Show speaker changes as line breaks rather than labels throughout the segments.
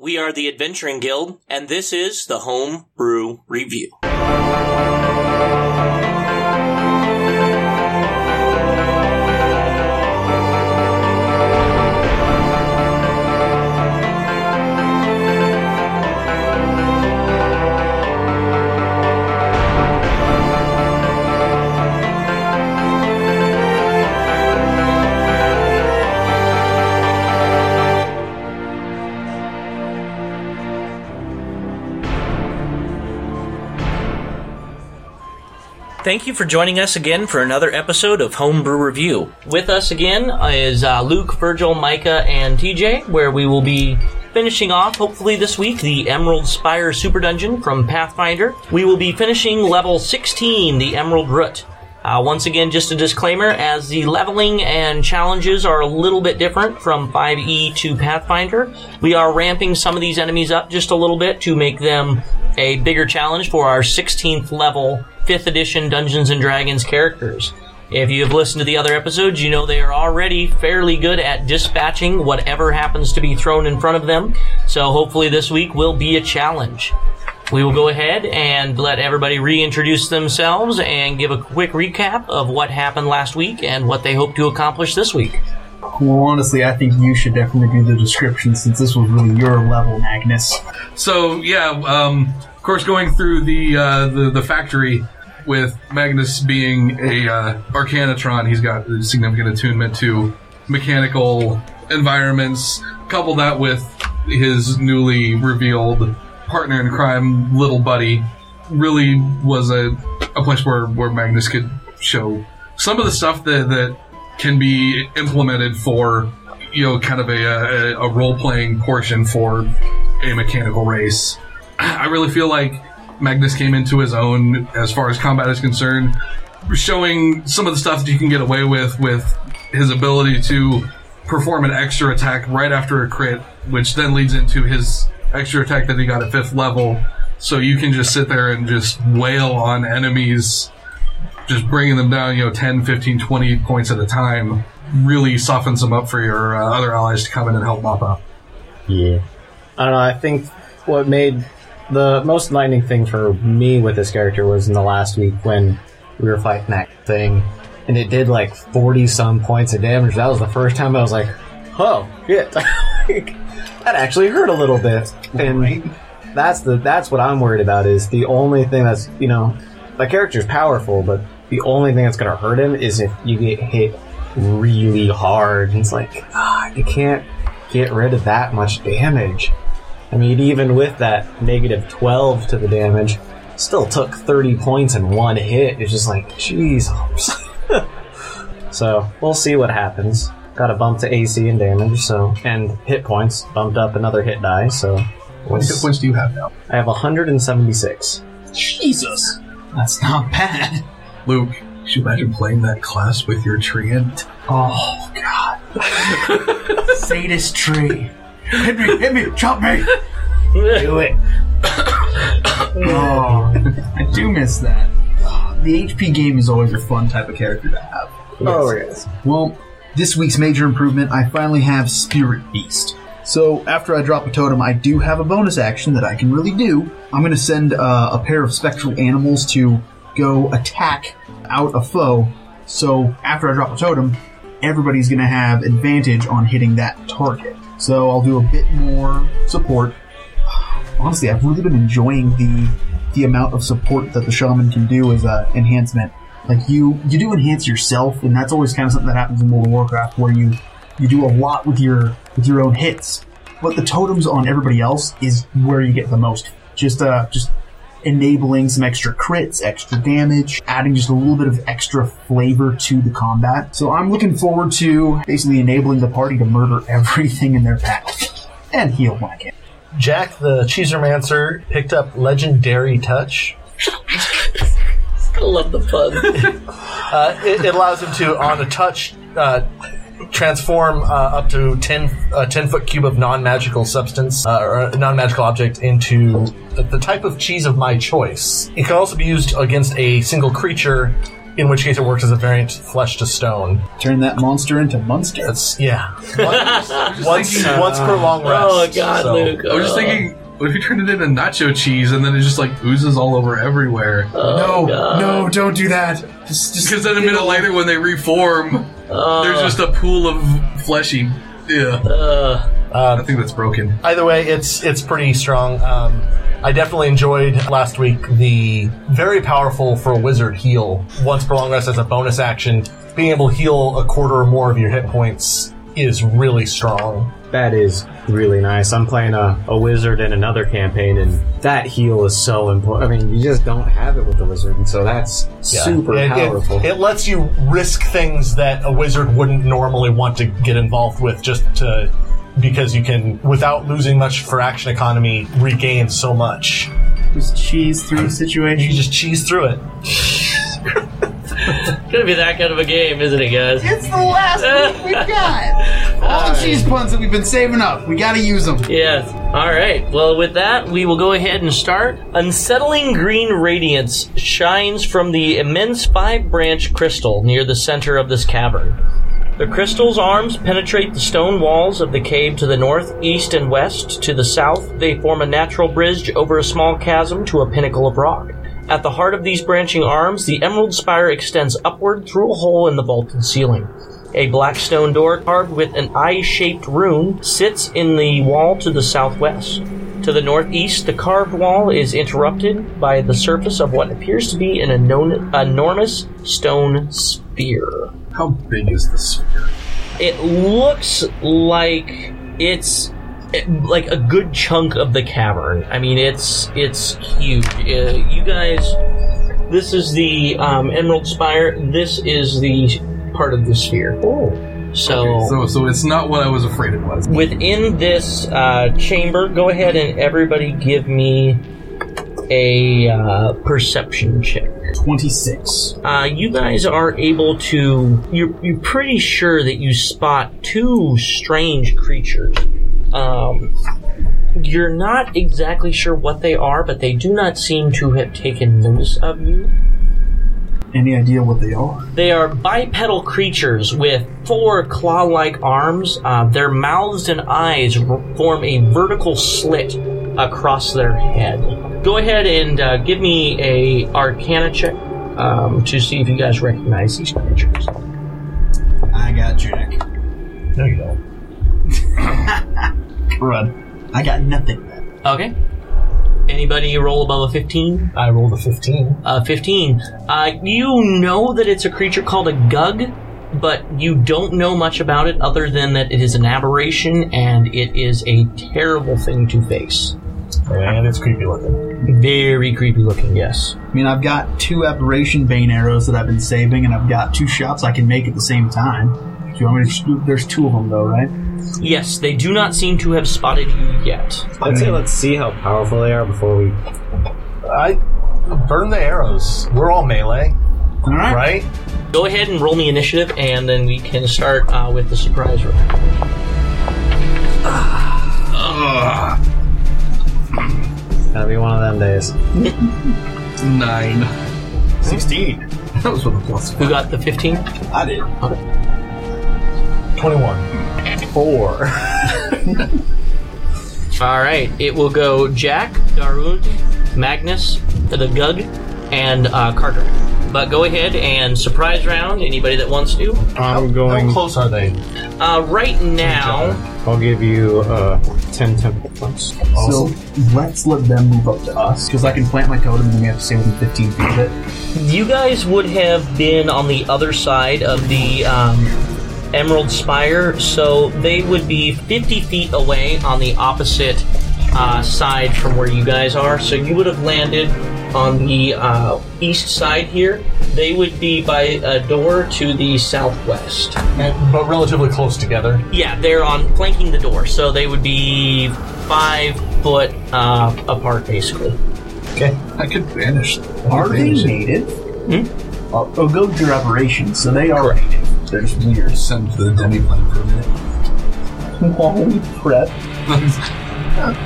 We are the Adventuring Guild, and this is the Home Brew Review. Thank you for joining us again for another episode of Homebrew Review. With us again is uh, Luke, Virgil, Micah, and TJ, where we will be finishing off, hopefully this week, the Emerald Spire Super Dungeon from Pathfinder. We will be finishing level 16, the Emerald Root. Uh, once again, just a disclaimer as the leveling and challenges are a little bit different from 5e to Pathfinder, we are ramping some of these enemies up just a little bit to make them a bigger challenge for our 16th level 5th edition Dungeons and Dragons characters. If you have listened to the other episodes, you know they are already fairly good at dispatching whatever happens to be thrown in front of them, so hopefully this week will be a challenge. We will go ahead and let everybody reintroduce themselves and give a quick recap of what happened last week and what they hope to accomplish this week.
Well, honestly, I think you should definitely do the description since this was really your level, Magnus.
So yeah, um, of course, going through the uh, the, the factory with Magnus being a uh, Arcanatron, he's got significant attunement to mechanical environments. Couple that with his newly revealed partner in crime, little buddy, really was a a place where where Magnus could show some of the stuff that that can be implemented for you know kind of a, a, a role playing portion for a mechanical race. I really feel like Magnus came into his own as far as combat is concerned, showing some of the stuff that you can get away with with his ability to perform an extra attack right after a crit, which then leads into his extra attack that he got at fifth level. So you can just sit there and just wail on enemies, just bringing them down, you know, 10, 15, 20 points at a time. Really softens them up for your uh, other allies to come in and help mop up.
Yeah. I don't know. I think what made the most enlightening thing for me with this character was in the last week when we were fighting that thing, and it did like forty some points of damage. That was the first time I was like, "Oh shit, Like, that actually hurt a little bit." And that's the that's what I'm worried about. Is the only thing that's you know, the character's powerful, but the only thing that's gonna hurt him is if you get hit really hard. And it's like ah, you can't get rid of that much damage. I mean, even with that negative 12 to the damage, still took 30 points in one hit. It's just like, jeez. so, we'll see what happens. Got a bump to AC and damage, so, and hit points. Bumped up another hit die, so.
What hit points do you have now?
I have 176.
Jesus, that's not bad.
Luke, could you imagine playing that class with your treant?
Oh God, sadist tree. Hit me, hit me, chop me.
Do it.
Oh, I do miss that. The HP game is always a fun type of character to have.
Oh, yes.
Well, this week's major improvement, I finally have Spirit Beast. So after I drop a totem, I do have a bonus action that I can really do. I'm going to send uh, a pair of spectral animals to go attack out a foe. So after I drop a totem, everybody's going to have advantage on hitting that target. So I'll do a bit more support. Honestly, I've really been enjoying the the amount of support that the shaman can do as a enhancement. Like you, you do enhance yourself, and that's always kind of something that happens in World of Warcraft, where you you do a lot with your with your own hits, but the totems on everybody else is where you get the most. Just uh, just enabling some extra crits, extra damage, adding just a little bit of extra flavor to the combat. So I'm looking forward to basically enabling the party to murder everything in their path and heal like it.
Jack the Cheesermancer picked up Legendary Touch.
I love the pun.
Uh, it, it allows him to, on a touch, uh, transform uh, up to 10, a 10 foot cube of non magical substance uh, or a non magical object into the, the type of cheese of my choice. It can also be used against a single creature in which case it works as a variant flesh to stone.
Turn that monster into monster.
That's yeah. Once once,
thinking-
once per long rest.
Oh God,
so-
Luke!
I was just
Oh.
thinking, what if you turned it into nacho cheese and then it just like oozes all over everywhere?
Oh,
no, no, don't do that. Just, just-
Because then a minute later, when they reform, there's just a pool of fleshy. Yeah, I think that's broken.
either way, it's it's pretty strong. Um, I definitely enjoyed last week the very powerful for a wizard heal once per long rest as a bonus action. Being able to heal a quarter or more of your hit points is really strong.
That is really nice. I'm playing a, a wizard in another campaign, and that heal is so important. I mean, you just don't have it with the wizard, and so that's
Yeah.
super
It- it-
powerful.
It, lets you risk things that a wizard wouldn't normally want to get involved with, just to because you can, without losing much for action economy, regain so much.
Just cheese through
You
situation.
just cheese through it.
It's gonna be that kind of a game, isn't it, guys?
It's the last week we've got. All the cheese puns that we've been saving up. We gotta use them.
Yes. All right. Well, with that, we will go ahead and start. Unsettling green radiance shines from the immense five branch crystal near the center of this cavern. The crystal's arms penetrate the stone walls of the cave to the north, east, and west. To the south, they form a natural bridge over a small chasm to a pinnacle of rock. At the heart of these branching arms, the emerald spire extends upward through a hole in the vaulted ceiling. A black stone door carved with an eye shaped rune sits in the wall to the southwest. To the northeast, the carved wall is interrupted by the surface of what appears to be an enon- enormous stone sphere.
How big is this sphere?
It looks like it's eh, like a good chunk of the cavern. I mean, it's it's huge. Uh, you guys, this is the um, Emerald Spire. This is the part of the sphere. Oh, so.
So, so it's not what I was afraid it was.
Within this uh, chamber, go ahead and everybody give me a uh, perception check.
26.
Uh, you guys are able to. You're, you're pretty sure that you spot two strange creatures. Um, you're not exactly sure what they are, but they do not seem to have taken notice of you.
Any idea what they are?
They are bipedal creatures with four claw like arms. Uh, their mouths and eyes r- form a vertical slit across their head. Go ahead and uh, give me a arcana check um, to see if you guys recognize these creatures.
I got Jack.
No, you don't.
Run. I got nothing.
Okay. Anybody roll above a 15?
I rolled a fifteen.
Uh, 15. Uh, you know that it's a creature called a gug, but you don't know much about it other than that it is an aberration and it is a terrible thing to face.
And it's creepy looking.
Very creepy looking, yes.
I mean, I've got two aberration bane arrows that I've been saving, and I've got two shots I can make at the same time. Do you want me to? just- There's two of them though, right?
Yes, they do not seem to have spotted you yet.
I'd say let's see how powerful they are before we.
I burn the arrows. We're all melee,
All right.
right?
Go ahead and roll me initiative, and then we can start uh, with the surprise round.
It's gonna be one of them days.
Nine.
Sixteen.
That was what the plus.
Who got the 15?
I did.
Twenty-one.
Four.
All right, it will go Jack, Darud, Magnus, the Gug, and uh, Carter. But go ahead and surprise round anybody that wants to.
I'm
How
going.
close are they?
Uh, right now,
I'll give you uh, ten temple points.
So let's let them move up to us because I can plant my totem, and then we have to stay within 15 feet of it.
you guys would have been on the other side of the um, Emerald Spire, so they would be 50 feet away on the opposite uh, side from where you guys are. So you would have landed on the uh, east side here. They would be by a door to the southwest.
And- but relatively close together.
Yeah, they're on flanking the door, so they would be five foot uh, apart, basically.
Okay.
I could vanish.
Are they native?
Hmm?
Uh, oh, go to your aberration. So they are native. They're just weird.
Send to the demi plane for a minute.
Holy prep.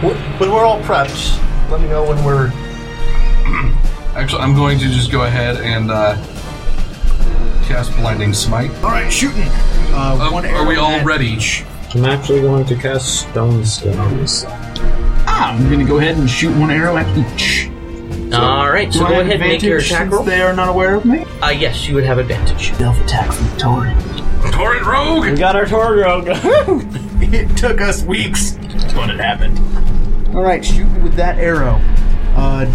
W- When we're all prepped, let me know when we're.
Actually, I'm going to just go ahead and uh, cast Blinding Smite.
All right, shooting. Uh,
Um,
one
are we
arrow
all
at-
ready?
I'm actually going to cast Stone Skin on this.
Ah, I'm gonna go ahead and shoot one arrow at each.
All right, so
Do I
go
have
ahead and make your
advantage
attack
since
roll.
They are not aware of me.
Uh, yes, you would have advantage.
Self attack from Torrent.
Torrent Rogue!
We got our Torgo.
It took us weeks, but it happened. All right, shooting with that arrow. Uh,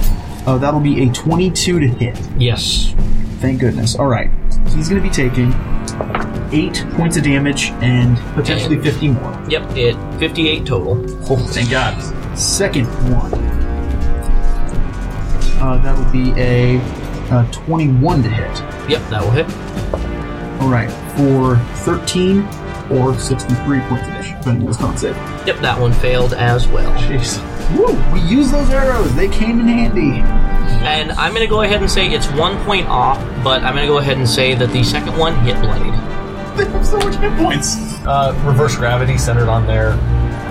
uh, that'll be a 22 to hit.
Yes.
Thank goodness. All right, so he's gonna be taking eight points of damage and potentially 50 more.
Yep. It 58 total.
Oh, Thank God. Second one. Uh, that'll be a, uh 21 to hit.
Yep, that will hit.
All right, for 13 or 63 points of damage, depending on the con save.
Yep, that one failed as well.
Woo! We used those arrows. They came in handy.
And I'm gonna go ahead and say it's one point off, but I'm gonna go ahead and say that the second one hit bloodied.
They have so much hit points.
Uh, reverse gravity centered on their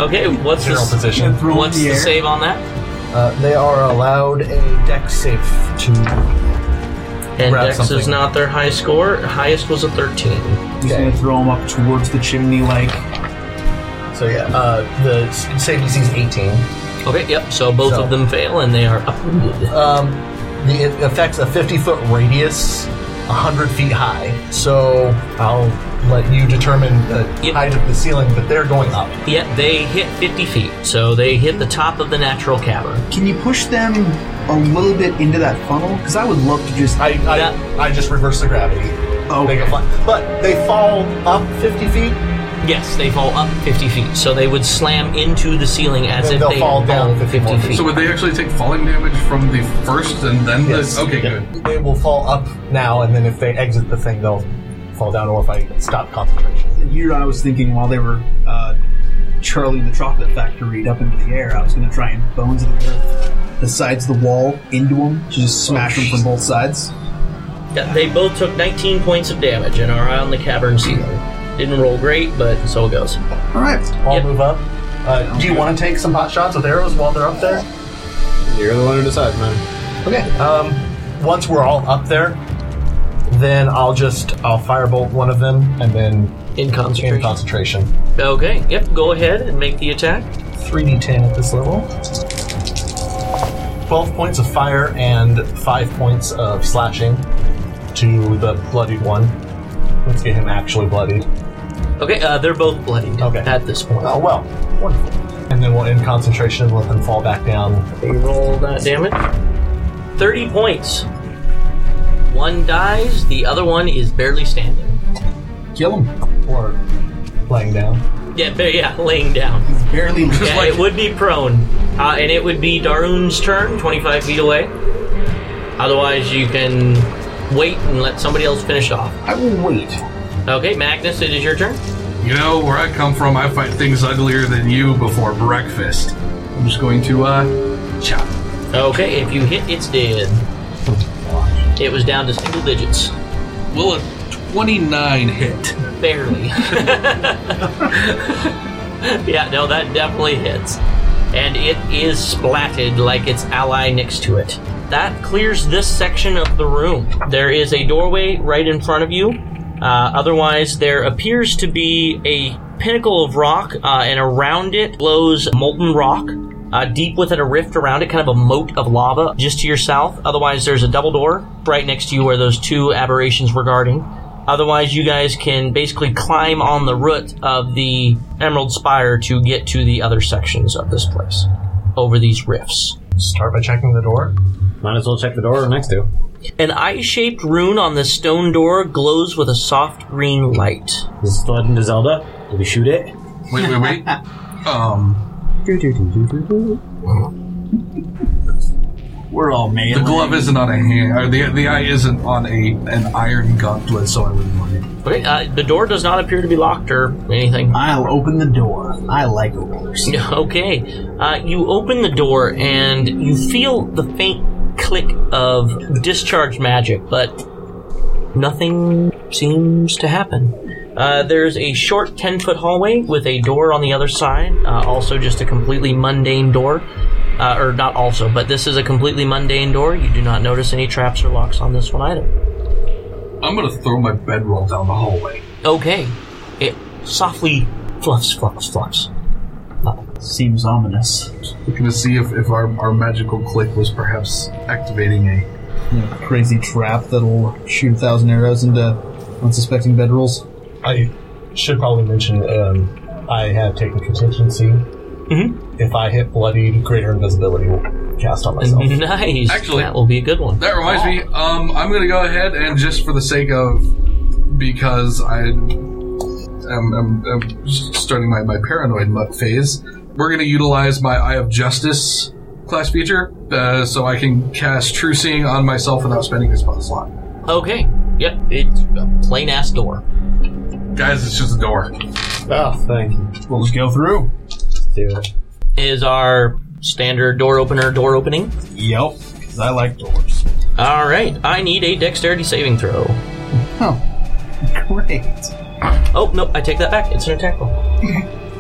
Okay, what's the
zero
s-
position.
Throw them
what's
in the
the
air.
save on that?
Uh, they are allowed a deck safe to.
And
Grab
Dex is
something.
not their high score. Highest was a 13.
He's gonna throw them up towards the chimney, like
So yeah, uh, the s- save DC is 18.
Okay, yep. So both
So-
of them fail, and they are uprooted.
Um, the, it affects a 50 foot radius, 100 feet high. So I'll let you determine the
Yep.
height of the ceiling, but they're going up.
Yet they hit 50 feet, so they hit the top of the natural cavern.
Can you push them a little bit into that funnel? Because I would love to just.
I I,
Yeah.
I just reverse the gravity.
Oh.
Make it fly. But they fall up 50 feet,
Yes, they fall up 50 feet, so they would slam into the ceiling as
Then
if
they'll
they
fall
fall
down 50
50
more
feet.
So would they actually take falling damage from the first and then
Yes.
the. Okay,
Yeah.
good.
They will fall up now, and then if they exit the thing, they'll fall down, or if I stop concentration.
Here I was thinking while they were uh, Charlie and the Chocolate Factory up into the air, I was gonna try and bones of the earth, the sides of the wall into them to just smash them from both sides.
Yeah, they both took 19 points of damage and are on the cavern ceiling. Didn't roll great, but so it goes.
All right.
I'll
Yep.
move up. Uh, do you want to take some hot shots with arrows while they're up there?
You're the one who decides, man.
Okay. Um, once we're all up there, then I'll just I'll firebolt one of them, and then
In concentration.
in concentration.
okay, yep, go ahead and make the attack.
Three d ten at this level. Twelve points of fire and five points of slashing to the bloodied one. Let's get him actually bloodied.
Okay, uh, they're both bloodied
Okay.
at this point.
Oh well, wonderful. And then we'll end concentration and let them fall back down.
They roll that damage. 30 points. One dies, the other one is barely standing.
Kill them. Or laying down.
Yeah, ba- yeah, laying down.
Barely.
Yeah, it would be prone. Uh, and it would be Darun's turn, 25 feet away. Otherwise, you can wait and let somebody else finish off.
I will wait.
Okay, Magnus, it is your turn.
You know, where I come from, I find things uglier than you before breakfast. I'm just going to, uh, chop.
Okay, if you hit, it's dead. It was down to single digits.
Will a 29 hit?
Barely. yeah, no, that definitely hits. And it is splatted like its ally next to it. That clears this section of the room. There is a doorway right in front of you. Uh, otherwise, there appears to be a pinnacle of rock, uh, and around it glows molten rock. Uh, deep within a rift around it, kind of a moat of lava just to your south. Otherwise, there's a double door right next to you where those two aberrations were guarding. Otherwise, you guys can basically climb on the root of the Emerald Spire to get to the other sections of this place over these rifts.
Start by checking the door.
Might as well check the door we're next to.
An eye shaped rune on the stone door glows with a soft green light.
This is Legend to Zelda. Did we shoot it?
Wait, wait, wait. um,
We're all
the
melee.
glove isn't on a hand, or the, the eye isn't on a an iron gauntlet, so I wouldn't want it.
Okay, uh, the door does not appear to be locked or anything.
I'll open the door. I like doors.
Okay. Uh, you open the door and you feel the faint click of discharged magic, but nothing seems to happen. Uh, there's a short 10 foot hallway with a door on the other side, uh, also just a completely mundane door. Uh, or not also, but this is a completely mundane door. You do not notice any traps or locks on this one either.
I'm gonna throw my bedroll down the hallway.
Okay. It softly fluffs, fluffs, fluffs. Uh,
Seems ominous.
We're gonna see if, if our, our magical click was perhaps activating a.
Crazy trap that'll shoot a thousand arrows into unsuspecting bedrolls.
I should probably mention um, I have taken contingency. If I hit bloodied, greater invisibility will cast on myself.
Mm-hmm. Nice.
Actually-
that will be a good one.
That reminds me, um, I'm gonna go ahead and just for the sake of. Because I. I'm, I'm, I'm starting my, my paranoid mu- phase, we're gonna utilize my Eye of Justice class feature uh, so I can cast True Seeing on myself without spending a spell slot.
Okay. Yep. It's a plain ass door.
Guys, it's just a door.
Oh, thank you.
We'll just go through.
Do it.
Is our standard door opener door opening?
Yep, because I like doors.
All right. I need a dexterity saving throw.
Great.
Oh no, I take that back. It's an attack roll.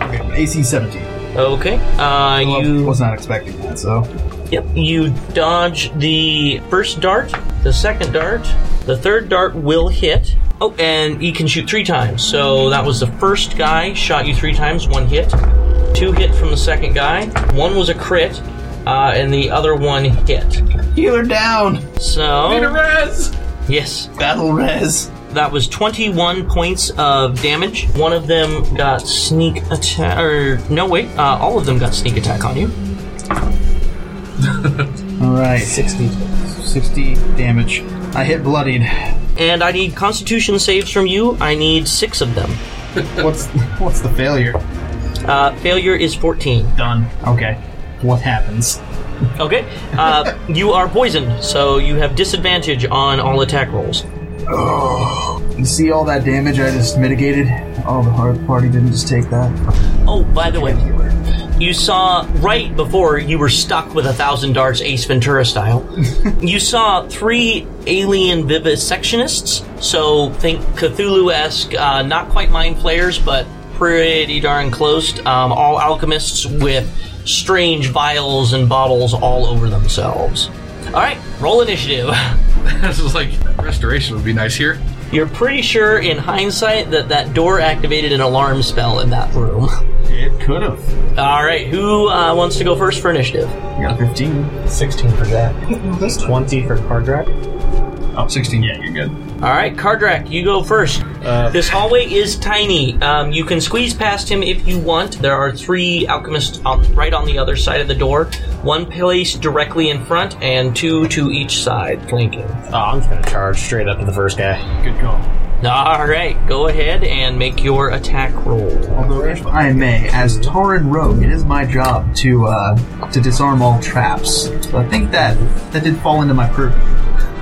Okay, AC 17.
Okay. Uh,
Well,
you.
was not expecting that, so.
Yep, you dodge the first dart, the second dart, the third dart will hit. Oh, and he can shoot three times. So that was the first guy shot you three times, one hit, two hit from the second guy, one was a crit, uh, and the other one hit.
Healer down!
So
Perez!
yes,
Battle res.
that was 21 points of damage. One of them got sneak attack, or no wait, uh, all of them got sneak attack on you.
Alright. 60. 60 damage. I hit bloodied.
And I need Constitution saves from you. I need six of them.
What's what's the failure?
Uh, failure is 14.
Done. Okay. What happens?
Okay. Uh, you are poisoned, so you have disadvantage on all attack rolls.
You see all that damage I just mitigated? Oh, the hard party didn't just take that.
Oh, by the way, you saw right before you were stuck with a thousand darts Ace Ventura style, you saw three alien vivisectionists. So think Cthulhu esque, uh, not quite mind flayers, but pretty darn close. Um, all alchemists with strange vials and bottles all over themselves. All right, roll initiative.
this is like, restoration would be nice here.
You're pretty sure, in hindsight, that that door activated an alarm spell in that room.
It could have.
All right, who uh, wants to go first for initiative?
You got a 15.
16 for Jack. 20 for Cardrak.
Oh, 16. Yeah, you're good.
All right, Kardrak, you go first.
Uh,
this hallway is tiny. Um, you can squeeze past him if you want. There are three alchemists on, right on the other side of the door. One placed directly in front, and two to each side, flanking.
Oh, I'm just gonna charge straight up to the first guy.
Good call.
All right, go ahead and make your attack roll.
Although, if I may, as Tauren Rogue, it is my job to uh, to disarm all traps. So I think that that did fall into my purview.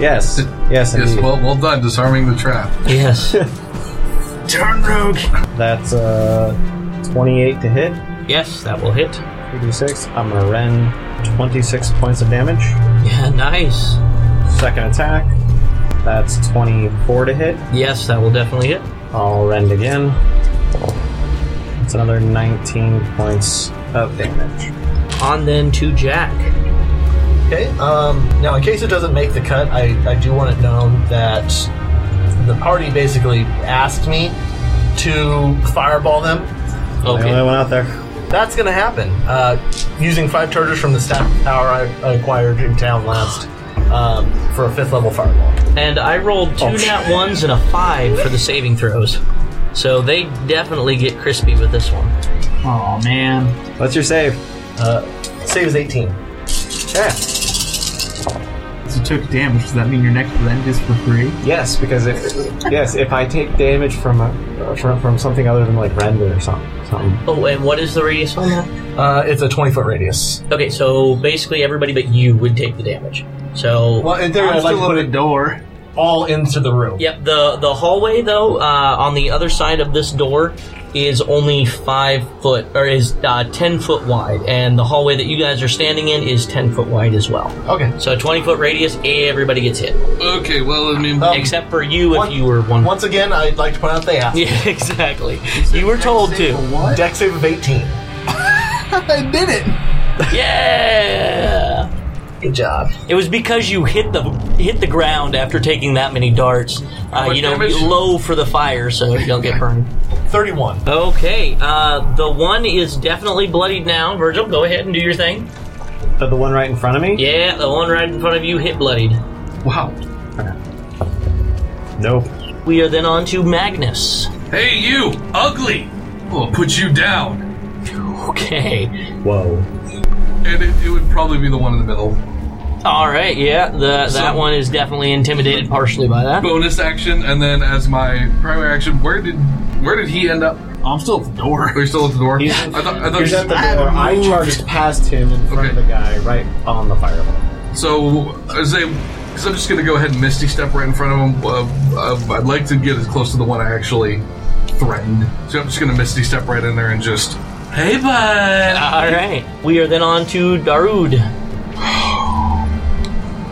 Yes. Yes,
Yes,
indeed.
well, well done disarming the trap.
Yes.
Tauren Rogue.
That's uh, 28 to hit.
yes, that will hit.
3d6. I'm gonna rend 26 points of damage.
Yeah, nice.
Second attack. That's 24 to hit.
Yes, that will definitely hit.
I'll rend again. It's another 19 points of damage.
On then to Jack.
Okay. Um, now, in case it doesn't make the cut, I, I do want it known that the party basically asked me to fireball them.
The only
Okay.
one out there.
That's going to happen. Uh, using five charges from the staff power I I acquired in town last um, for a fifth level fireball.
And I rolled two
Oh, shit.
nat ones and a five for the saving throws. So they definitely get crispy with this one.
Oh man.
What's your save?
Uh, save is 18.
Yeah.
So you took damage. Does that mean your next rend is for free?
Yes, because if yes, if I take damage from a, from from something other than like rend or something, something.
Oh, and what is the radius on that?
Uh, it's a 20 foot radius.
Okay, so basically everybody but you would take the damage. So.
Well, in theory,
I'm
I'd like to
still
put
at
it
the door.
all into the room.
Yep, the, the hallway, though, uh, on the other side of this door is only five foot, or is uh, 10 foot wide. And the hallway that you guys are standing in is 10 foot wide as well.
Okay.
So 20 foot radius, everybody gets hit.
Okay, well, I mean,
Um,
Except for you
One-
if you were one.
Once again, I'd like to point out they asked.
Yeah, exactly. You were told to.
What?
Deck save of 18.
I did it.
Yeah.
Good job.
It was because you hit the hit the ground after taking that many darts. Uh,
much
you know,
damage?
low for the fire, so you don't get burned.
31.
Okay, uh, the one is definitely bloodied now. Virgil, go ahead and do your thing.
But the one right in front of me?
Yeah, the one right in front of you hit bloodied.
Wow.
Nope.
We are then on to Magnus.
Hey, you, ugly! We'll put you down.
Okay.
Whoa.
And it, it would probably be the one in the middle.
All right. Yeah, the, that one is definitely intimidated partially by that.
Bonus action, and then as my primary action, where did where did he end up?
I'm still at the
Are
door.
you still at the door?
He's-
I thought, I thought
Here's
you-
at the
I
door.
haven't
I
moved.
charged past him in front of
Okay.
the guy right on the fireball.
So, as a, because I'm just going to go ahead and Misty step right in front of him. Uh, uh, I'd like to get as close to the one I actually threatened. So I'm just going to Misty step right in there and just, hey, bud.
All right. We are then on to Darud.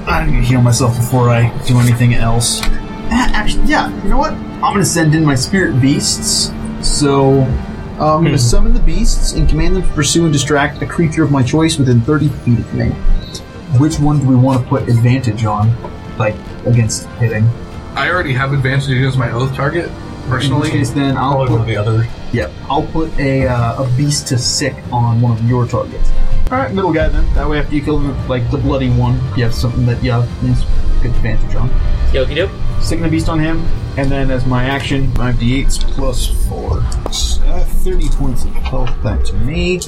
I need to heal myself before I do anything else. Ah, Actually, yeah, you know what? I'm gonna send in my spirit beasts. So, uh, I'm gonna summon the beasts and command them to pursue and distract a creature of my choice within 30 feet of me. Which one do we want to put advantage on? Like, against hitting?
I already have advantage against my oath target
In
personally.
case then, I'll
Probably one
put
of the other.
Yep. I'll put a, uh, a beast to sick on one of your targets. All right, middle guy then. That way, after you kill the, like the bloody one, you have something that you have nice good advantage on.
Yoki doke.
Sicking the beast on him, and then as my action, my d8s plus four. Uh, Thirty points of health back to me.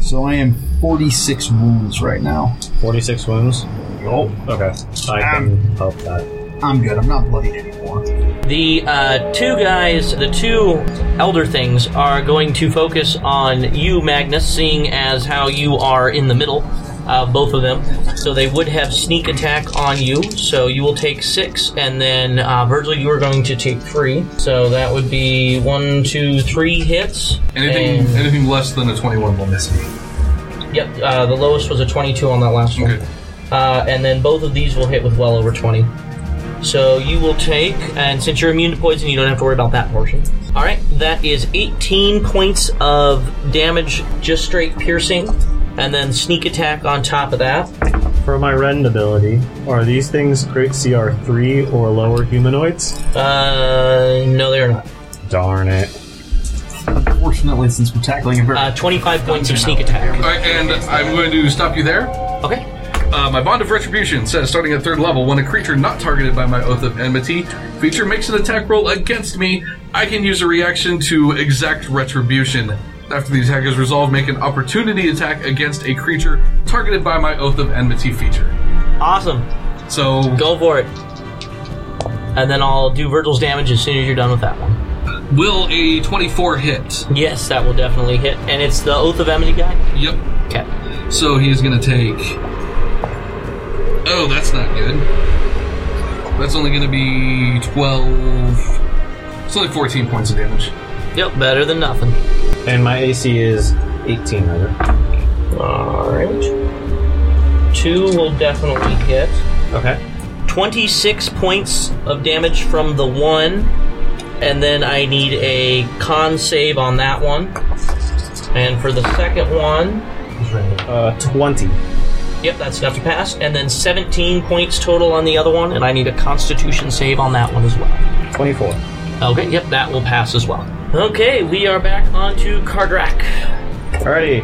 So I am forty-six wounds right now.
46 wounds.
Oh,
Okay. I
Ah.
can help that.
I'm good. I'm not bloodied anymore.
The uh, two guys, the two elder things, are going to focus on you, Magnus, seeing as how you are in the middle of both of them. So they would have sneak attack on you. So you will take six, and then uh, Virgil, you are going to take three. So that would be one, two, three hits.
Anything anything less than a 21 will miss me.
And, yep, uh, the lowest was a 22 on that last one.
Okay.
Uh, and then both of these will hit with well over 20. So you will take, and since you're immune to poison, you don't have to worry about that portion. All right, that is 18 points of damage, just straight piercing, and then sneak attack on top of that.
For my rend ability, are these things great CR3 or lower humanoids?
Uh, no, they're not.
Darn it.
Fortunately, since we're tackling a very
Uh, 25 points of sneak attack.
All right, and I'm going to stop you there.
Okay.
Uh, my Bond of Retribution says, starting at third level, when a creature not targeted by my Oath of Enmity feature makes an attack roll against me, I can use a reaction to exact retribution. After the attack is resolved, make an opportunity attack against a creature targeted by my Oath of Enmity feature.
Awesome.
So,
Go for it. And then I'll do Virgil's damage as soon as you're done with that one.
will a 24 hit?
Yes, that will definitely hit. And it's the Oath of Amity guy?
Yep.
Okay.
So he is going to take. Oh, that's not good. That's only going to be 12. It's only 14 points of damage.
Yep, better than nothing.
And my AC is 18, rather.
Alright. Two will definitely hit.
Okay.
26 points of damage from the one. And then I need a con save on that one. And for the second one,
Uh, 20.
yep, that's enough to pass. And then 17 points total on the other one. And I need a constitution save on that one as well.
24.
Okay, yep, that will pass as well. Okay, we are back on to Kardrak.
Alrighty.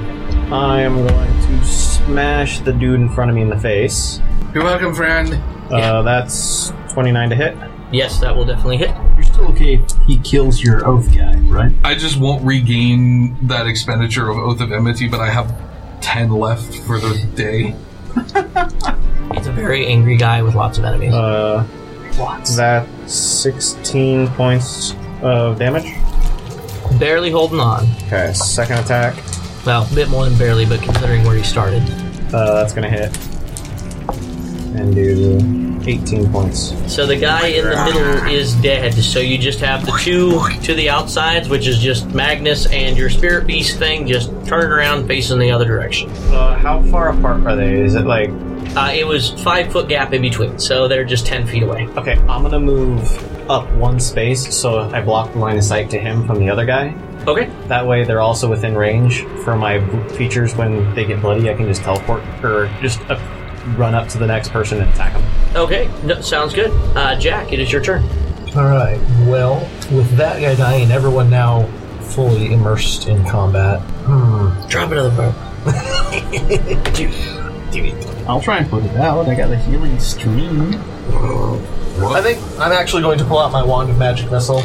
I am going to smash the dude in front of me in the face.
You're welcome, friend.
Uh, that's 29 to hit.
Yes, that will definitely hit.
you're still okay, if he kills your oath guy, right?
I just won't regain that expenditure of Oath of Enmity, but I have 10 left for the day.
It's a very angry guy with lots of enemies.
Uh, that's 16 points of damage.
Barely holding on.
Okay, second attack.
Well, a bit more than barely, but considering where he started.
Uh, that's gonna hit. And do 18 points.
So the guy in the middle is dead. So you just have the two to the outsides, which is just Magnus and your spirit beast thing, just turning around facing the other direction.
Uh, how far apart are they? Is it like.
Uh, it was five foot gap in between, so they're just ten feet away.
Okay, I'm gonna move up one space so I block the line of sight to him from the other guy.
Okay.
That way, they're also within range for my b- features when they get bloody. I can just teleport or just uh, run up to the next person and attack them.
Okay, no, sounds good. Uh, Jack, it is your turn.
All right. Well, with that guy dying and everyone now fully immersed in combat,
Drop another bow.
I'll try and put it out. I got a healing stream.
I think I'm actually going to pull out my wand of magic missile.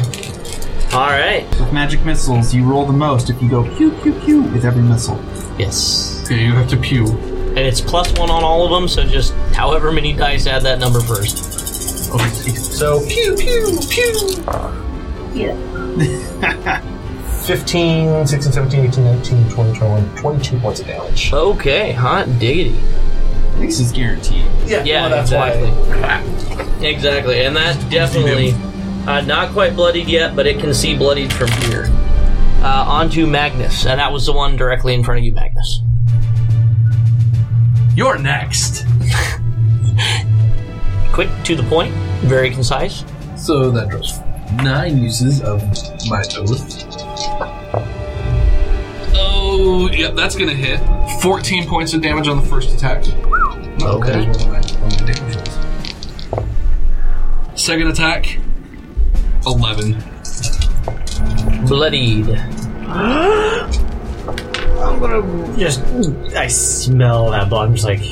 All right.
With magic missiles, you roll the most if you go pew pew pew with every missile.
Yes.
Yeah, you have to pew.
And it's plus one on all of them, so just however many dice add that number first.
So pew pew pew. Yeah. 15, 16, 17, 18, 19, 20, 21, 22 points of damage.
Okay, hot diggity.
This is guaranteed.
Yeah,
Yeah,
well, that's
exactly.
why.
Exactly, and that definitely uh, not quite bloodied yet, but it can see bloodied from here. Uh, on to Magnus, and that was the one directly in front of you, Magnus.
You're next.
Quick, to the point, very concise.
So that draws nine uses of my oath. Oh, yep, that's gonna hit. 14 points of damage on the first attack.
Okay.
Second attack, 11.
Bloodied.
Just, I smell that blood. I'm just like,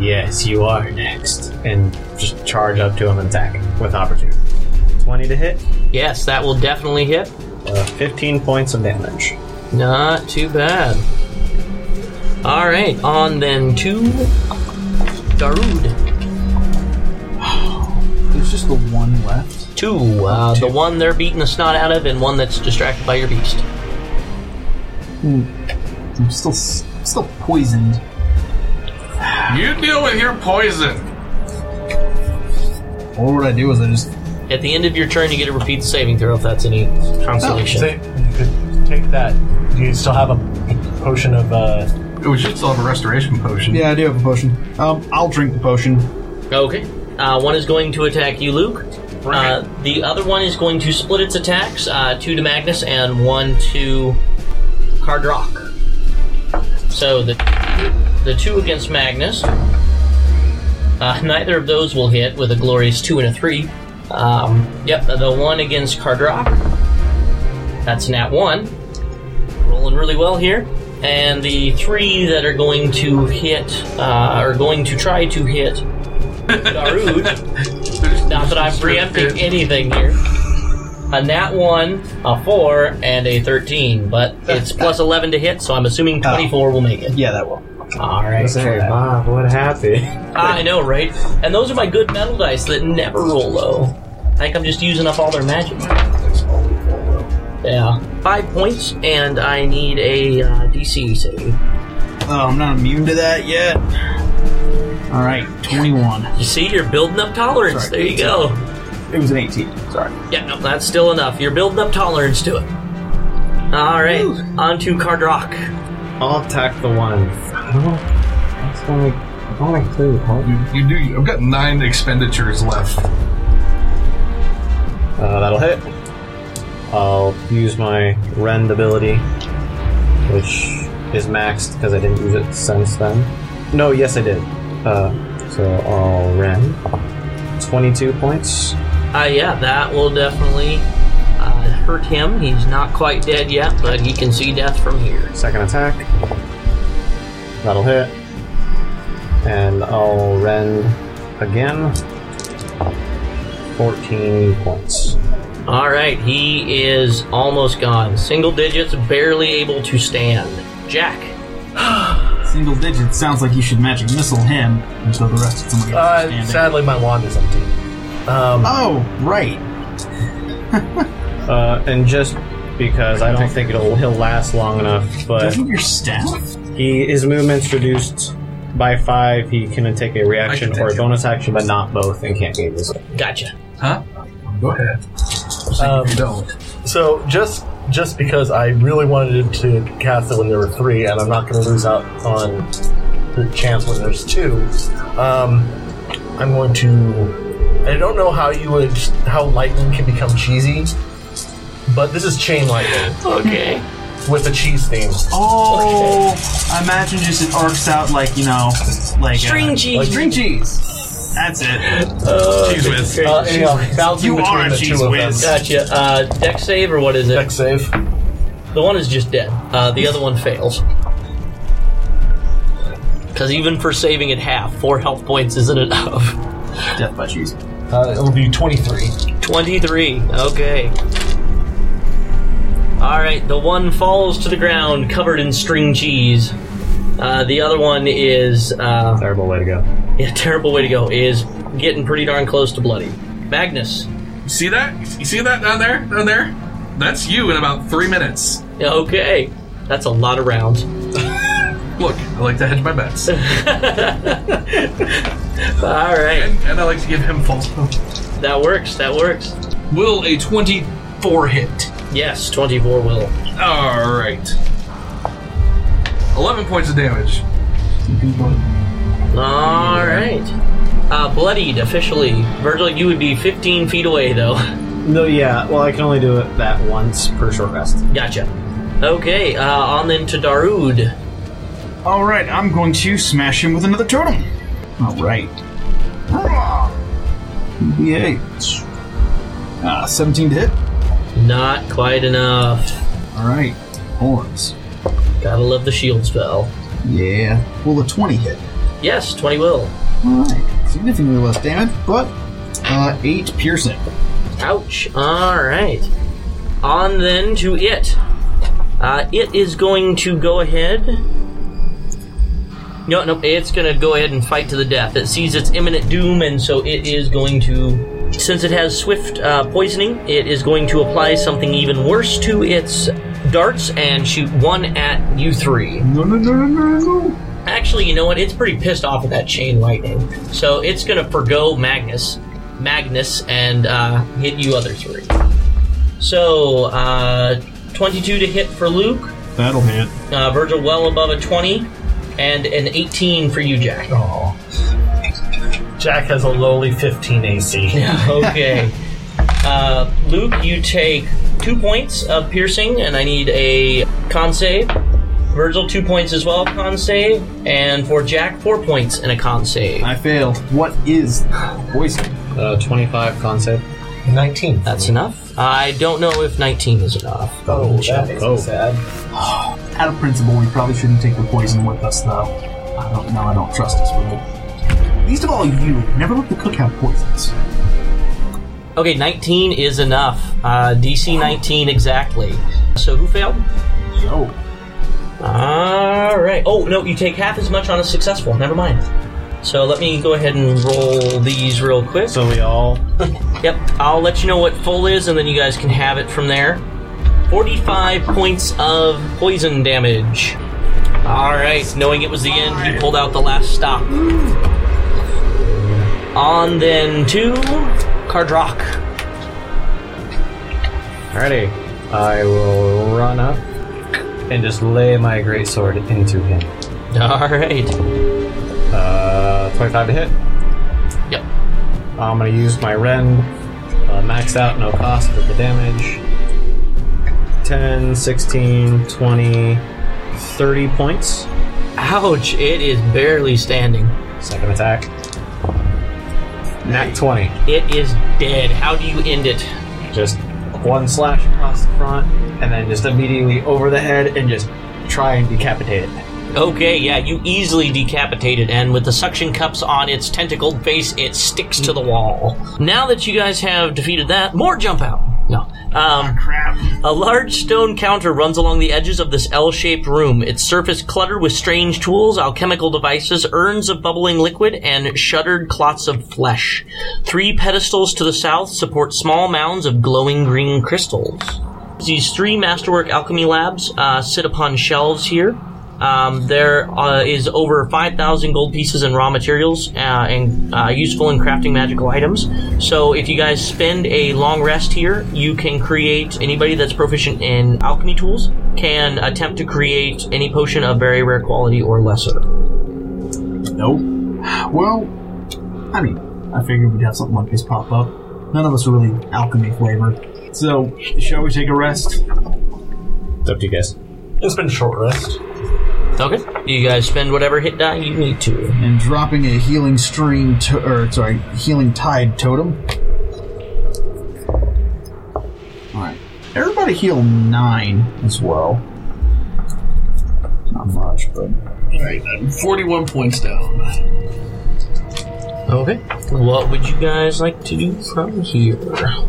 yes, you are next. And just charge up to him and attack him with opportunity. 20 to hit,
Yes, that will definitely hit.
uh, 15 points of damage.
Not too bad. All right, on then to Darud.
There's just the one left.
Two, uh, the one they're beating the snot out of, and one that's distracted by your beast.
I'm still s- still poisoned.
You deal with your poison.
All what I do is I just
At the end of your turn, you get to repeat the saving throw if that's any consolation.
So you could take that. Do you still have a potion of uh,
Oh, We should still have a restoration potion.
yeah I do have a potion. Um, I'll drink the potion.
Okay. Uh, one is going to attack you, Luke. Uh, the other one is going to split its attacks uh, two to Magnus and one to Cardrock. So the, the two against Magnus. Uh, neither of those will hit with a glorious two and a three. Um, yep, the one against Cardrock. That's nat one. Rolling really well here. And the three that are going to hit, uh, are going to try to hit Darud. Not that I'm preempting anything here. A nat 1, a 4, and a 13, but it's plus 11 to hit, so I'm assuming 24 will make it.
Yeah, that will.
Alright.
Bob, what happened?
I know, right? And those are my good metal dice that never roll low. I think I'm just using up all their magic. Yeah. Five points, and I need a uh, DC saving.
Oh, I'm not immune to that yet. All right, 21.
You see, you're building up tolerance.
Sorry.
There you go.
It was an 18. Sorry.
Yeah, no, that's still enough. You're building up tolerance to it. Alright, on to Cardrock.
I'll attack the one. I don't know. That's only, only three, huh?
You do. I've got nine expenditures left.
Uh, that'll hit. I'll use my rend ability, which is maxed because I didn't use it since then. No, yes, I did. Uh, so I'll rend. 22 points.
Uh, yeah, that will definitely uh, hurt him. He's not quite dead yet, but he can see death from here.
Second attack. That'll hit. And I'll rend again. 14 points.
All right, he is almost gone. Single digits, barely able to stand. Jack.
Single digit sounds like you should magic missile him until the rest of someone else is
Uh,
standing.
sadly, my wand is empty. Um,
Oh, right.
Uh, and just because I don't think it'll he'll last long enough, but
Doesn't your staff?
he his movement's reduced by five. He can take a reaction
I can
or a
take
bonus action, but not both, and can't be used.
Gotcha.
Huh? Go ahead.
um,
You don't.
so just just because I really wanted to cast it when there were three, and I'm not going to lose out on the chance when there's two. Um, I'm going to. I don't know how you would how lightning can become cheesy, but this is chain lightning.
Okay.
with the cheese theme.
Oh, I imagine just it arcs out like you know, like
uh,
String cheese.
Like string cheese. That's it.
Cheese whiz.
Uh, anyhow, bouncing
You
between
are a
the
cheese
two
whiz.
of them.
Gotcha. Uh, deck save or what is it?
Deck save.
The one is just dead. Uh, the other one fails. Because even for saving it half, four health points isn't enough.
Death by cheese.
Uh, it'll be 23.
23. Okay. Alright, the one falls to the ground covered in string cheese. Uh, the other one is. Uh,
Terrible way to go.
yeah, terrible way to go. Is getting pretty darn close to bloody. Magnus.
See that? You see that down there? Down there? That's you in about three minutes.
Okay. That's a lot of rounds.
Look, I like to hedge my bets. and,
Alright.
and I like to give him false hope.
That works. That works.
Will a 24 hit?
Yes, 24 will.
Alright. 11 points of damage.
Alright. Uh, bloodied officially. Virgil, you would be 15 feet away though.
No, yeah. Well, I can only do it that once per short rest.
Gotcha. Okay, uh, on then to Darude.
All right, I'm going to smash him with another totem. All right.
D8. Ah, 17 to hit.
Not quite enough.
All right. Horns.
Gotta love the shield spell.
Yeah. Well, the 20 hit.
Yes, 20 will.
All right. Significantly less damage, but uh, 8 piercing.
Ouch. Alright. On then to it. Uh, it is going to go ahead. No, no, it's gonna go ahead and fight to the death. It sees its imminent doom, and so it is going to. Since it has swift uh, poisoning, it is going to apply something even worse to its darts and shoot one at you three.
No, no, no, no, no, no.
Actually, you know what? It's pretty pissed off at that chain lightning. So it's going to forgo Magnus, Magnus, and uh, hit you other three. So uh, 22 to hit for Luke,
That'll hit.
uh, Virgil well above a 20, and an 18 for you, Jack.
Oh. Jack has a lowly 15 AC.
okay. Uh, Luke, you take two points of piercing, and I need a con save. Virgil, two points as well, con save. And for Jack, four points and a con save.
I failed. What is poison?
Uh, 25 con save.
19.
That's enough. I don't know if 19 is enough.
Oh, that is
Oh.
sad.
Out of principle, we probably shouldn't take the poison with us, though. I don't know. I don't trust us with it. Least of all, you never let the cook have poisons.
Okay, 19 is enough. Uh, DC 19 exactly. So who failed?
Yo.
All right. Oh no, you take half as much on a successful. Never mind. So let me go ahead and roll these real quick.
So we all.
Yep, I'll let you know what full is, and then you guys can have it from there. 45 points of poison damage. Alright, knowing it was the end, you pulled out the last stop. On then to Kardrock.
Alrighty. I will run up and just lay my greatsword into him.
Alright.
Uh, 25 to hit.
Yep.
I'm gonna use my rend. Uh, max out, no cost for the damage. 10, 16, 20, 30 points.
Ouch, it is barely standing.
Second attack. Nat 20.
It is dead. How do you end it?
Just one slash across the front, and then just immediately over the head and just try and decapitate it.
Okay, yeah, you easily decapitate it, and with the suction cups on its tentacled face, it sticks to the wall. Now that you guys have defeated that, more jump out. No. Um,
Crap.
a large stone counter runs along the edges of this L shaped room, its surface cluttered with strange tools, alchemical devices, urns of bubbling liquid, and shuttered clots of flesh. Three pedestals to the south support small mounds of glowing green crystals. These three Masterwork Alchemy Labs uh, sit upon shelves here. Um, there uh, is over 5,000 gold pieces in raw materials uh, and uh, useful in crafting magical items. So, if you guys spend a long rest here, you can create anybody that's proficient in alchemy tools can attempt to create any potion of very rare quality or lesser.
Nope. Well, I mean, I figured we'd have something like this pop up. None of us are really alchemy flavored. So, shall we take a rest?
It's up to you guys.
It's been a short rest.
Okay. You guys spend whatever hit die you need to.
and dropping a healing stream, to- or sorry, healing tide totem. All right, everybody heal nine as well. Not much, but
Alright, I'm 41 points down.
Okay. What would you guys like to do from here?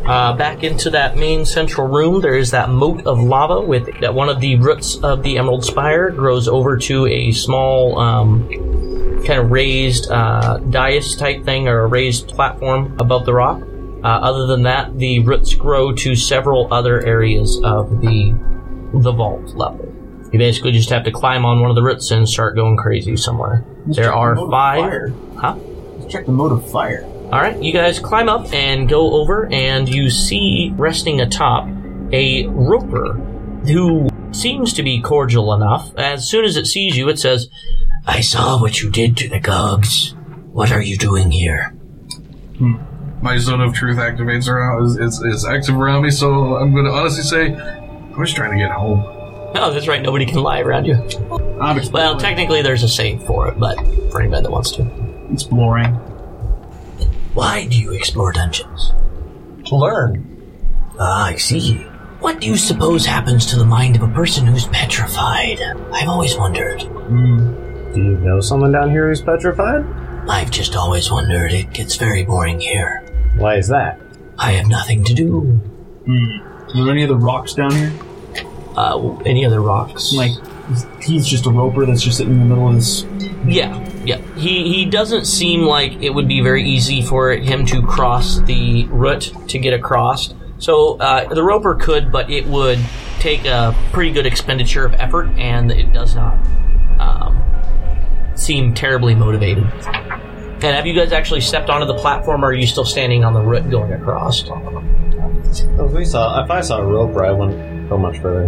Uh, back into that main central room, there is that moat of lava with that one of the roots of the Emerald Spire grows over to a small, um, kind of raised uh, dais type thing or a raised platform above the rock. Uh, other than that, the roots grow to several other areas of the the vault level. You basically just have to climb on one of the roots and start going crazy somewhere. There are
moat of
five.
fire.
Huh?
let's check the mode of fire.
All right, you guys climb up and go over, and you see resting atop a roper who seems to be cordial enough. As soon as it sees you, it says, I saw what you did to the Gogs. What are you doing here?
My zone of truth activates around is, is, is active around me, so I'm going to honestly say I'm just trying to get home.
Oh, that's right, nobody can lie around you.
I'm exploring.
Well, technically, there's a save for it, but for anybody that wants to.
exploring.
Why do you explore dungeons?
To learn.
Ah, I see. What do you suppose happens to the mind of a person who's petrified? I've always wondered.
Do you know someone down here who's petrified?
I've just always wondered. It gets very boring here.
Why is that?
I have nothing to do.
Are there any other rocks down here?
Uh, any other rocks?
Like he's just a roper that's just sitting in the middle of this.
yeah, yeah. He he doesn't seem like it would be very easy for him to cross the root to get across. So uh, the roper could, but it would take a pretty good expenditure of effort, and it does not um, seem terribly motivated. And have you guys actually stepped onto the platform, or are you still standing on the root going across?
If we saw, if I saw a roper, I wouldn't go much further.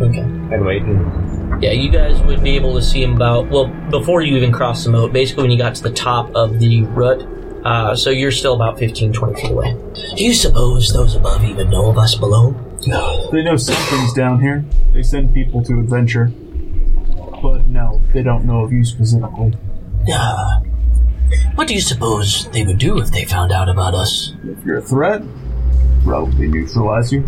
Okay.
I'd wait and
Yeah, you guys would be able to see him about well before you even cross the moat. Basically, when you got to the top of the rut, uh, so you're still about 15, 20 feet away. Do you suppose those above even know of us below?
They know something's down here. They send people to adventure. But no, they don't know of you specifically.
Uh, what do you suppose they would do if they found out about us?
If you're a threat, probably neutralize you.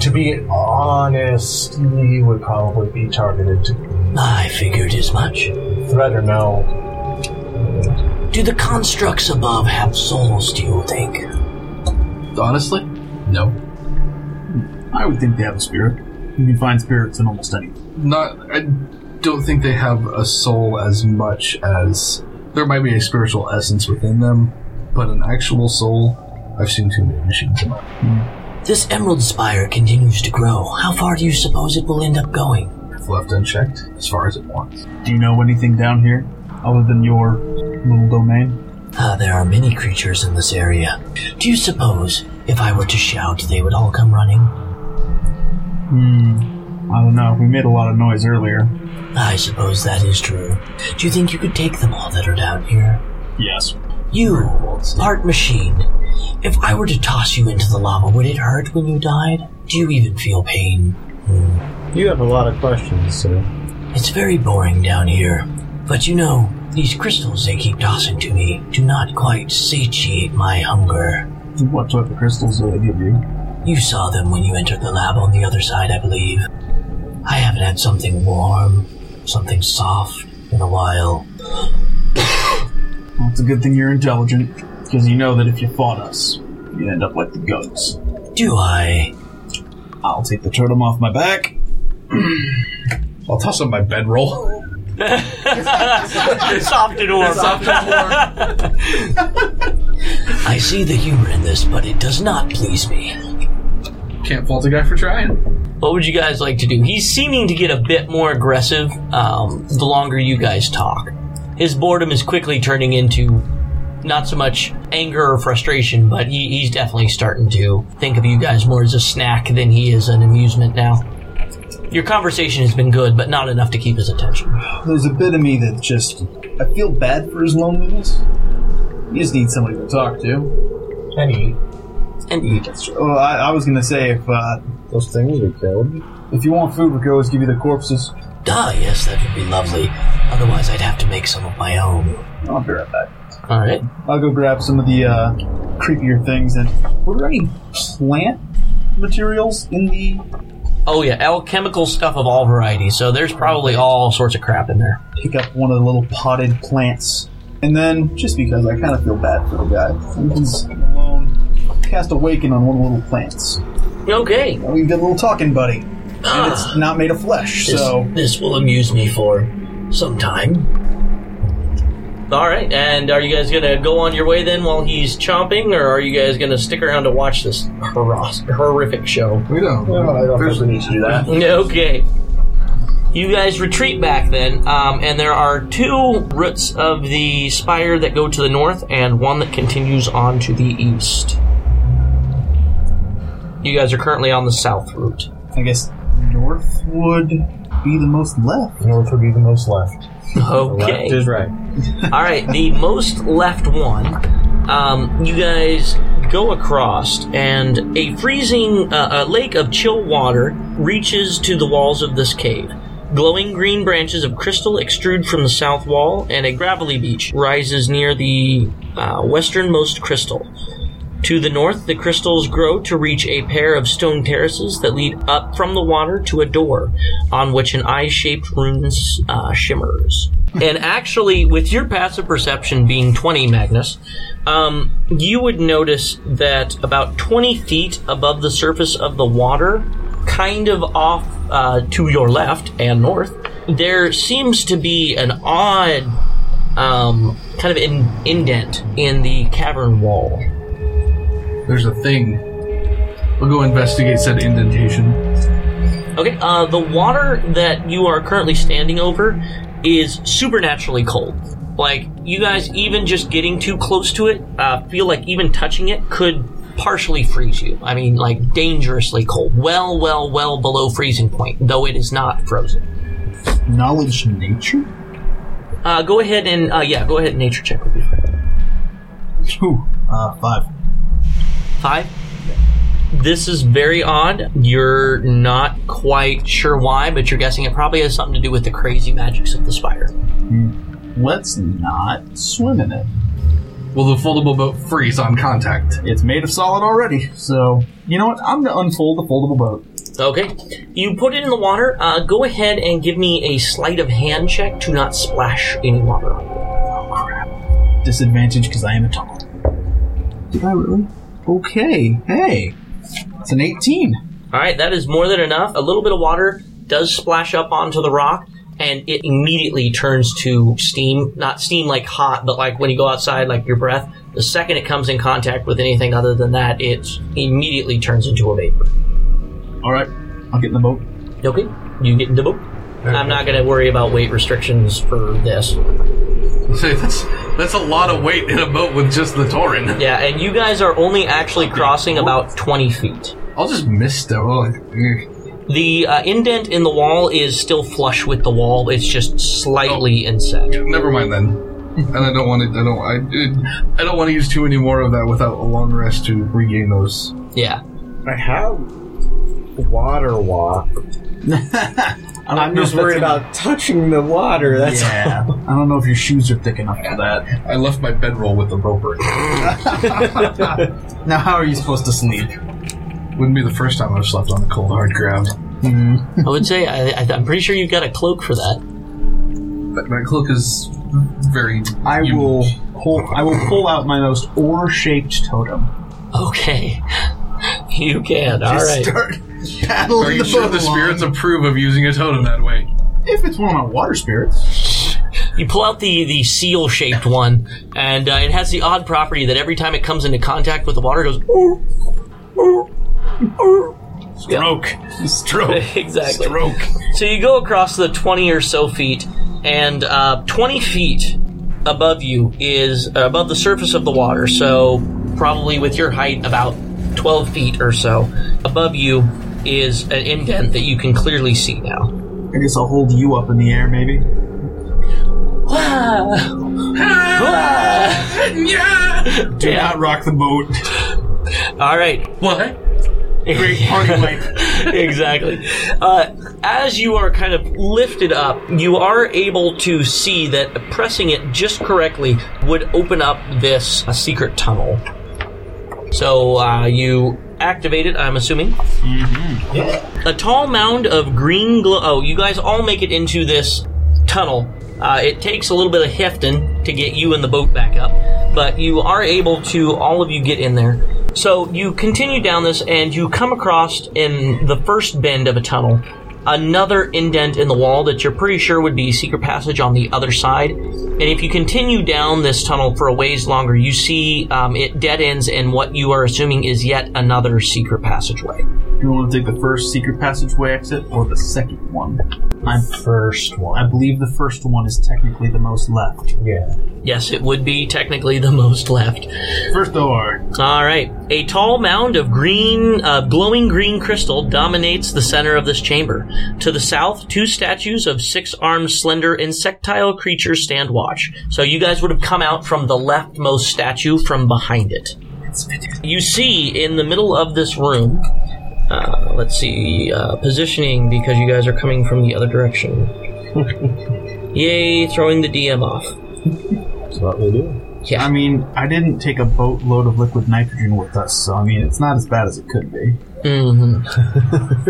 To be honest, you would probably be targeted to
I figured as much.
threat or no.
Do the constructs above have souls? Do you think?
Honestly, no. I would think they have a spirit. You can find spirits in almost any.
Not, I don't think they have a soul as much as there might be a spiritual essence within them, but an actual soul. I've seen too many machines. in my life.
This emerald spire continues to grow. How far do you suppose it will end up going?
If left unchecked, as far as it wants.
Do you know anything down here other than your little domain?
Ah, there are many creatures in this area. Do you suppose if I were to shout, they would all come running?
I don't know. We made a lot of noise earlier.
I suppose that is true. Do you think you could take them all that are down here?
Yes.
You, part machine. If I were to toss you into the lava, would it hurt when you died? Do you even feel pain?
Hmm. You have a lot of questions, so
It's very boring down here. But you know, these crystals they keep tossing to me do not quite satiate my hunger.
What type of crystals do they give you?
You saw them when you entered the lab on the other side, I believe. I haven't had something warm, something soft in a while.
Well, it's a good thing you're intelligent, because you know that if you fought us, you'd end up like the goats.
Do I?
I'll take the totem off my back.
I'll toss up my bedroll.
Soft and warm. I see the humor in this, but it does not please me.
Can't fault a guy for trying.
What would you guys like to do? He's seeming to get a bit more aggressive um, the longer you guys talk. His boredom is quickly turning into not so much anger or frustration, but he, he's definitely starting to think of you guys more as a snack than he is an amusement now. Your conversation has been good, but not enough to keep his attention.
There's a bit of me that just I feel bad for his loneliness. You just need somebody to talk to.
Penny.
And
Well, I, I was gonna say if uh,
Those things we killed.
if you want food, we could always give you the corpses.
ah, yes, that would be lovely. Otherwise, I'd have to make some of my own.
I'll be right back.
All right.
I'll go grab some of the uh, creepier things. And were there any plant materials in the?
Oh yeah, alchemical stuff of all varieties. So there's probably all sorts of crap in there.
Pick up one of the little potted plants, and then just because I kind of feel bad for the guy, he's alone. Cast awaken on one of the little plants.
Okay.
Now we can get a little talking buddy,
Ah.
and
Ah.
it's not made of flesh, so
this will amuse me for some time. All right, and are you guys gonna go on your way then while he's chomping, or are you guys gonna stick around to watch this horos- horrific show?
We don't.
I don't think we need to do that.
Okay. You guys retreat back then, um, and there are two roots of the spire that go to the north, and one that continues on to the east. You guys are currently on the south route.
I guess north would be the most left.
North would be the most left.
Okay.
Left is right.
All right, the most left one. Um, you guys go across, and a freezing uh, a lake of chill water reaches to the walls of this cave. Glowing green branches of crystal extrude from the south wall, and a gravelly beach rises near the uh, westernmost crystal. To the north, the crystals grow to reach a pair of stone terraces that lead up from the water to a door, on which an eye shaped rune s- uh, shimmers. and actually, with your passive perception being 20, Magnus, um, you would notice that about 20 feet above the surface of the water, kind of off uh, to your left and north, there seems to be an odd um, kind of in- indent in the cavern wall.
There's a thing. We'll go investigate said indentation.
Okay, uh, the water that you are currently standing over is supernaturally cold. Like, you guys, even just getting too close to it, uh, feel like even touching it could partially freeze you. I mean, like, dangerously cold. Well, well, well below freezing point, though it is not frozen.
Knowledge nature?
Uh, go ahead and, uh, yeah, go ahead and nature check with me.
Ooh, uh, five.
Five. This is very odd. You're not quite sure why, but you're guessing it probably has something to do with the crazy magics of the spire.
Let's not swim in it.
Will the foldable boat freeze on contact?
It's made of solid already, so you know what? I'm gonna unfold the foldable boat.
Okay. You put it in the water. Uh, go ahead and give me a sleight of hand check to not splash any water.
Disadvantage because I am a tall. Did I really? Okay, hey, it's an 18.
All right, that is more than enough. A little bit of water does splash up onto the rock, and it immediately turns to steam. Not steam like hot, but like when you go outside, like your breath. The second it comes in contact with anything other than that, it immediately turns into a vapor.
All right, I'll get in the boat.
Okay, you get into boat. I'm not going to worry about weight restrictions for this.
Say that's that's a lot of weight in a boat with just the Torin.
Yeah, and you guys are only actually crossing about 20 feet.
I'll just miss that. Oh, eh.
The uh, indent in the wall is still flush with the wall. It's just slightly inset.
Never mind then. And I don't want to. I don't. I, I don't want to use too many more of that without a long rest to regain those.
Yeah.
I have water walk.
I don't
I'm
know
just
if that's
worried
gonna-
about touching the water. That's
Yeah, I don't know if your shoes are thick enough for that.
I left my bedroll with the roper.
Now, how are you supposed to sleep?
Wouldn't be the first time I've slept on a cold hard ground.
I would say I, I, I'm pretty sure you've got a cloak for that.
But my cloak is very.
I
you-
will hold, I will pull out my most ore-shaped totem.
Okay. You can. All right.
Start paddling
Are you
the
sure
boat
the
along.
spirits approve of using a totem that way?
If it's one of my water spirits,
You pull out the, the seal shaped one, and uh, it has the odd property that every time it comes into contact with the water, it goes. "Ooh, ooh, ooh."
stroke, stroke,
Exactly.
stroke.
So you go across the 20 or so feet, and uh, 20 feet above you is uh, above the surface of the water. So, probably with your height, about 12 feet or so above you is an indent that you can clearly see now.
I guess I'll hold you up in the air, maybe.
Ah!
Do not rock the boat.
All right.
What?
Great party exactly. Uh, as you are kind of lifted up, you are able to see that pressing it just correctly would open up this uh, secret tunnel. So uh, you activate it, I'm assuming. Mm-hmm. A tall mound of green glow. Oh, you guys all make it into this tunnel. Uh, it takes a little bit of hefting to get you and the boat back up, but you are able to, all of you get in there. So you continue down this and you come across in the first bend of a tunnel another indent in the wall that you're pretty sure would be secret passage on the other side. And if you continue down this tunnel for a ways longer, you see um, it dead ends in what you are assuming is yet another secret passageway.
You want to take the first secret passageway exit or the second one? I'm
First one.
I believe the first one is technically the most left.
Yeah.
Yes, it would be technically the most left.
First door.
All right. A tall mound of green, uh, glowing green crystal dominates the center of this chamber. To the south, two statues of six-armed, slender, insectile creatures stand watch. So you guys would have come out from the leftmost statue from behind it. You see in the middle of this room. Uh, let's see uh, positioning because you guys are coming from the other direction. Yay! Throwing the DM off.
That's what we do.
Yeah.
I mean, I didn't take a boatload of liquid nitrogen with us, so I mean, it's not as bad as it could be.
hmm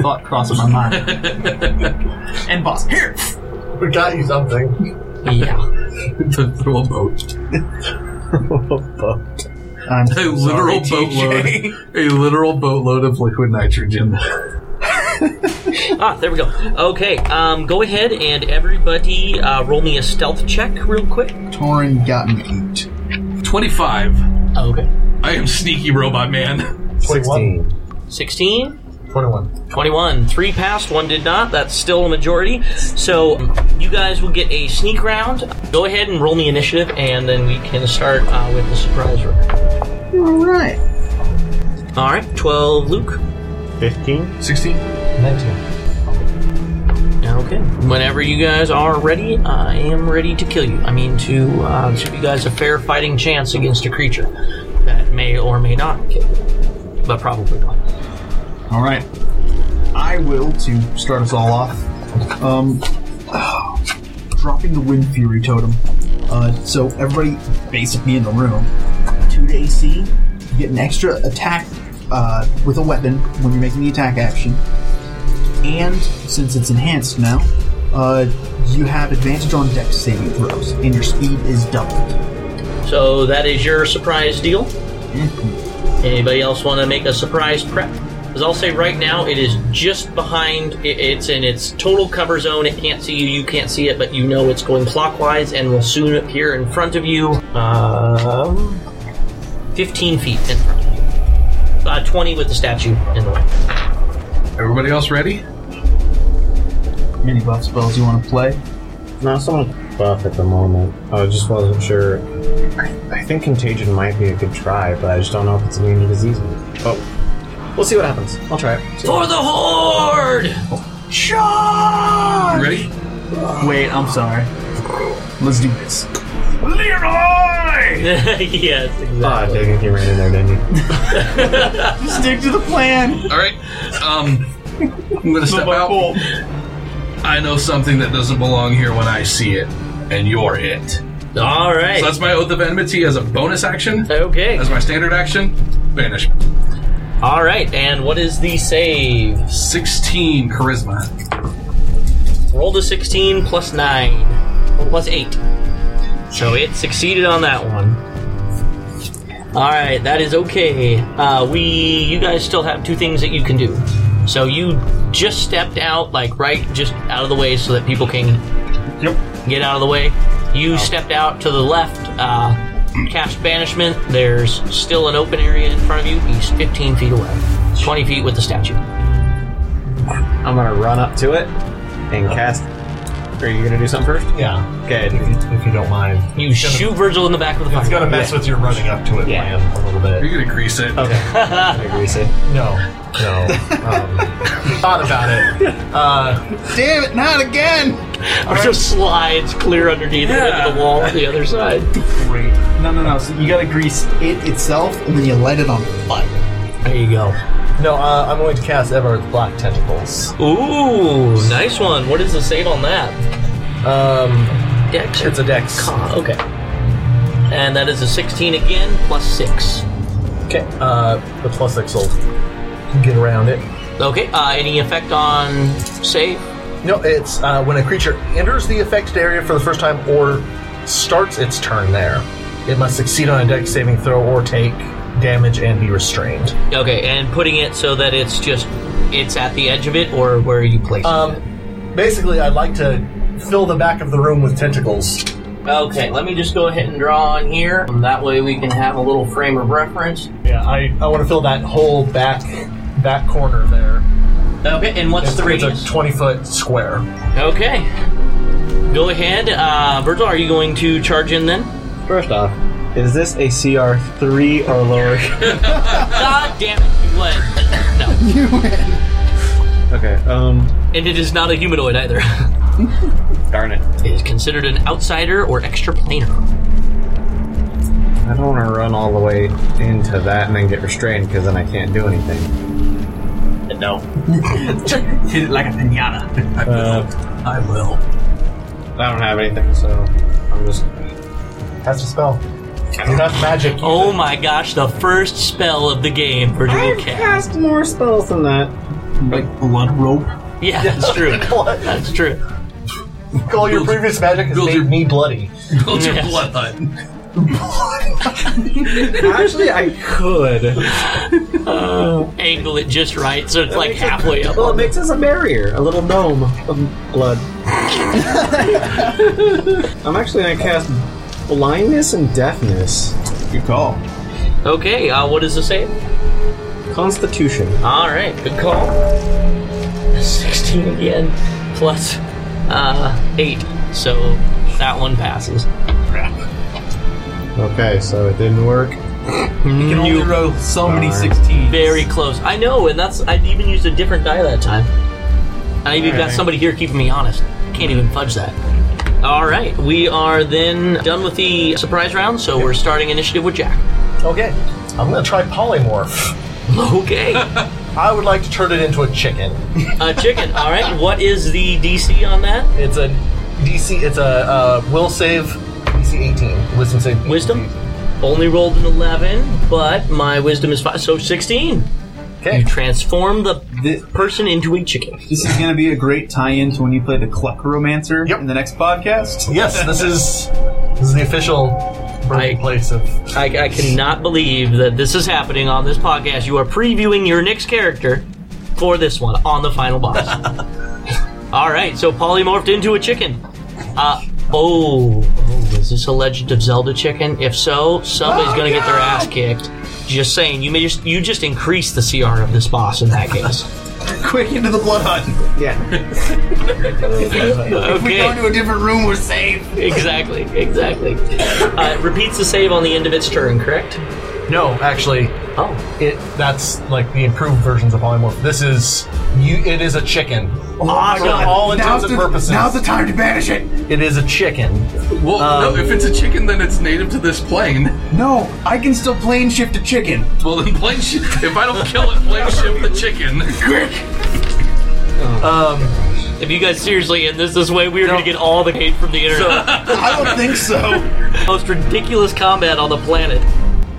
Thought crossed my mind. and boss, here!
We got you something.
Yeah.
the literal boat.
I'm
A
so sorry,
literal
TJ.
boatload. A literal boatload of liquid nitrogen.
Ah, there we go. Okay, um, go ahead and everybody uh, roll me a stealth check real quick.
Torin got an eight.
25.
Okay.
I am sneaky robot man.
21.
16,
21.
21. Three passed, one did not. That's still a majority. So um, you guys will get a sneak round. Go ahead and roll me initiative, and then we can start uh, with the surprise round.
Alright.
All right, 12, Luke.
15?
16.
19.
Okay. Whenever you guys are ready, I am ready to kill you. I mean, to uh, give you guys a fair fighting chance against a creature that may or may not kill you, but probably not.
Alright. I will, to start us all off, um, dropping the Wind Fury totem. Uh, so everybody basically in the room, 2 to AC, you get an extra attack uh, with a weapon when you're making the attack action. And since it's enhanced now, uh, you have advantage on dex saving throws, and your speed is doubled.
So that is your surprise deal.
Mm-hmm.
Anybody else want to make a surprise prep? Because I'll say right now, it is just behind. i- It's in its total cover zone. It can't see you. You can't see it, but you know it's going clockwise and will soon appear in front of you. Um, fifteen feet in front of you. Uh, Twenty with the statue in the way.
Everybody else ready?
Any buff spells you want to play?
No, someone buff at the moment. I just wasn't sure. I, I think contagion might be a good try, but I just don't know if it's immune to diseases. Oh. We'll see what happens. I'll try it.
For the horde!
You ready?
Wait, I'm sorry. Let's do this.
yes,
Ah,
exactly.
Dagan, you ran in there, didn't you?
Stick to the plan.
All right. Um, I'm gonna step out. I know something that doesn't belong here when I see it, and you're it. So
All right.
that's my oath of enmity as a bonus action.
okay.
As my standard action, vanish.
All right. And what is the save?
16 charisma.
Roll to 16 plus 9. Or Plus 8. So it succeeded on that one. Alright, that is okay. Uh, we you guys still have two things that you can do. So you just stepped out, like right just out of the way so that people can get out of the way. You stepped out to the left, uh, cast banishment. There's still an open area in front of you. He's 15 feet away. 20 feet with the statue.
I'm gonna run up to it and cast. Are you gonna do something first?
Yeah.
Okay.
If you, if you don't mind.
You shoot Virgil in the back with a fire.
It's gonna mess with your running up to it
Yeah.
plan a little bit.
You're gonna grease it.
Okay. I agree, Sid.
No, no. Um, thought about it. Uh,
Damn it, not again!
Or just slides clear underneath it into the wall on the other side.
No, no, no. So you gotta grease it itself, and then you light it on fire.
There you go.
No, uh, I'm going to cast Everard's Black Tentacles.
Ooh, nice one. What is the save on that?
Um,
Dex? or
it's a dex.
con? Okay. And that is a 16 again, plus 6.
Okay. Uh, the plus six will get around it.
Okay, uh, any effect on save?
No, it's uh, when a creature enters the affected area for the first time or starts its turn there, it must succeed on a dex saving throw or take damage and be restrained.
Okay, and putting it so that it's just, it's at the edge of it, or where are you placing it?
Um, basically, I'd like to fill the back of the room with tentacles.
Uh, Okay, let me just go ahead and draw on here. And that way we can have a little frame of reference.
Yeah, I, I want to fill that whole back back corner there.
Okay, and what's the
it's,
radius?
it's a 20 foot square.
Okay. Go ahead. Uh, Virgil, are you going to charge in then?
First off, is this a CR three or lower?
God damn it, you win. No.
okay. Um.
And it is not a humanoid either.
Darn it.
It is considered an outsider or extraplanar.
I don't want to run all the way into that and then get restrained because then I can't do anything.
No.
Hit it like a pinata.
Uh,
I will.
I don't have anything, so I'm just.
That's a spell. You're not magic.
Oh my gosh, the first spell of the game, Virgil will cast.
more spells than that.
Like blood rope.
Yeah, that's true. That's true.
Call your previous magic has made me bloody.
Build your blood hunt.
Actually, I could.
Angle it just right, so it's like halfway up.
Well, it makes us a barrier, a little gnome of blood. I'm actually gonna cast blindness and deafness.
Good call.
Okay, uh, what does it say?
Constitution.
All right, good call. 16 again, plus uh, 8. So that one passes.
Okay, so it didn't work.
You can only roll so many
Darn.
16s.
Very close. I know, and that's. I even used a different die that time. I even got somebody here keeping me honest. Can't even fudge that. All right, we are then done with the surprise round, so we're starting initiative with Jack.
Okay, I'm gonna try polymorph.
Okay,
I would like to turn it into a chicken.
a chicken. All right, what is the DC on that?
It's a DC. It's a uh, will save DC 18. Wisdom save. 18.
Wisdom. Only rolled an eleven, but my wisdom is five, so sixteen.
Okay.
You transform the
Thi-
person into a chicken.
This is going to be a great tie-in to when you play the Cluck Romancer
Yep.
in the next podcast.
Yes, this is this is the official
I-
birthplace of.
I, I cannot believe that this is happening on this podcast. You are previewing your next character for this one on the final boss. All right, so polymorphed into a chicken. Uh, oh, oh, is this a Legend of Zelda chicken? If so,
Oh,
somebody's gonna get their ass kicked. Just saying, you may just you just increase the CR of this boss in that case.
Quick into the blood hunt.
If we go
Okay,
into a different room, we're safe.
exactly, exactly. Uh, it repeats the save on the end of its turn, correct?
No, actually,
Oh,
it that's like the improved versions of polymorph. This is you. It is a chicken.
Awesome.
For all intents
now's,
and
the,
purposes,
now's the time to banish it.
it is a chicken.
Well,
Um,
no, if it's a chicken, then it's native to this plane.
No, I can still plane shift a chicken.
Well, then plane shi if I don't kill it, plane shift the chicken.
if you guys seriously end this this way, we are gonna get all the hate from the internet.
I don't think so.
most ridiculous combat on the planet.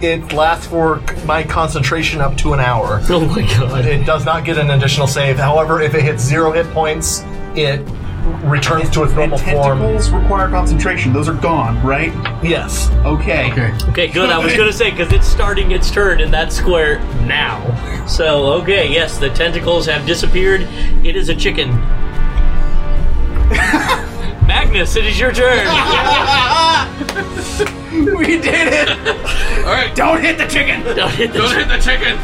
It lasts for my concentration up to an hour.
Oh my god.
It does not get an additional save. However, if it hits zero hit points, it returns to its normal form.
Tentacles require concentration. Those are gone, right?
Yes.
Okay.
Okay.
Okay, good. I was gonna say because it's starting its turn in that square now. So okay, yes, the tentacles have disappeared. It is a chicken. Magnus, it is your turn.
We did it.
All right. Don't,
Don't hit the chicken.
Don't hit the
hit the chicken.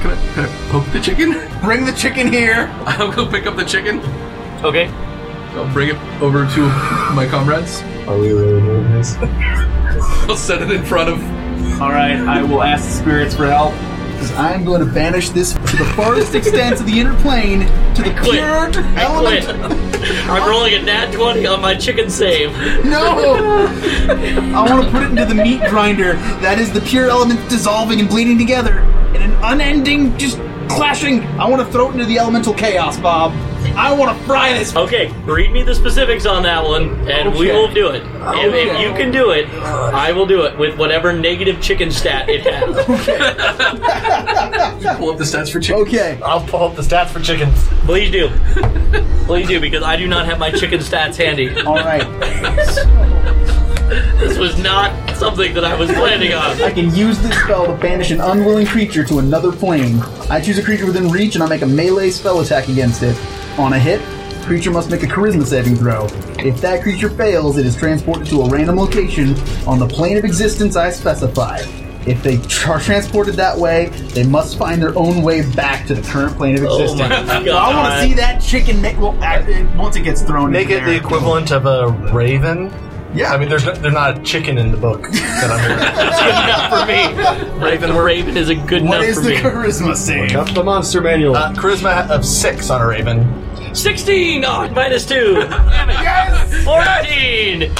Can I, can I poke the chicken?
Bring the chicken here.
I'll go pick up the chicken.
chi- okay.
I'll bring it over to my comrades.
Are we really doing this?
I'll set it in front of
All right. I will ask the spirits for help because I'm going to banish this to the farthest extents of the inner plane to the
quit.
cured
I quit.
element.
I'm rolling a nat 20 on my chicken save.
No. I want to put it into the meat grinder. That is the pure element dissolving and bleeding together.
in an unending, just clashing. I want to throw it into the elemental chaos, Bob. I want to fry this.
Okay, read me the specifics on that one, and we
Okay.
will do it. If, if you can do it, I will do it with whatever negative chicken stat it has.
Pull up the stats for chicken.
Okay.
I'll pull up the stats for chickens.
Please do. Please do, because I do not have my chicken stats handy.
All right.
This was not something that I was planning on.
I can use this spell to banish an unwilling creature to another plane. I choose a creature within reach, and I make a melee spell attack against it. On a hit, creature must make a charisma saving throw. If that creature fails, it is transported to a random location on the plane of existence I specify. If they tr- are transported that way, they must find their own way back to the current plane of
Oh
existence.
my god.
I want to see that chicken. Ma- well, act- it- once it gets thrown,
Make
into
it the
there.
equivalent of a raven.
Yeah.
I mean, there's no, there's not a chicken in the book that I'm reading.
That's good enough for me. Raven, Raven is a good
What
enough
is
for
the
me.
charisma save?
Up the monster manual.
Uh, charisma of six on a raven.
16! Oh, minus 2! Damn it. 14!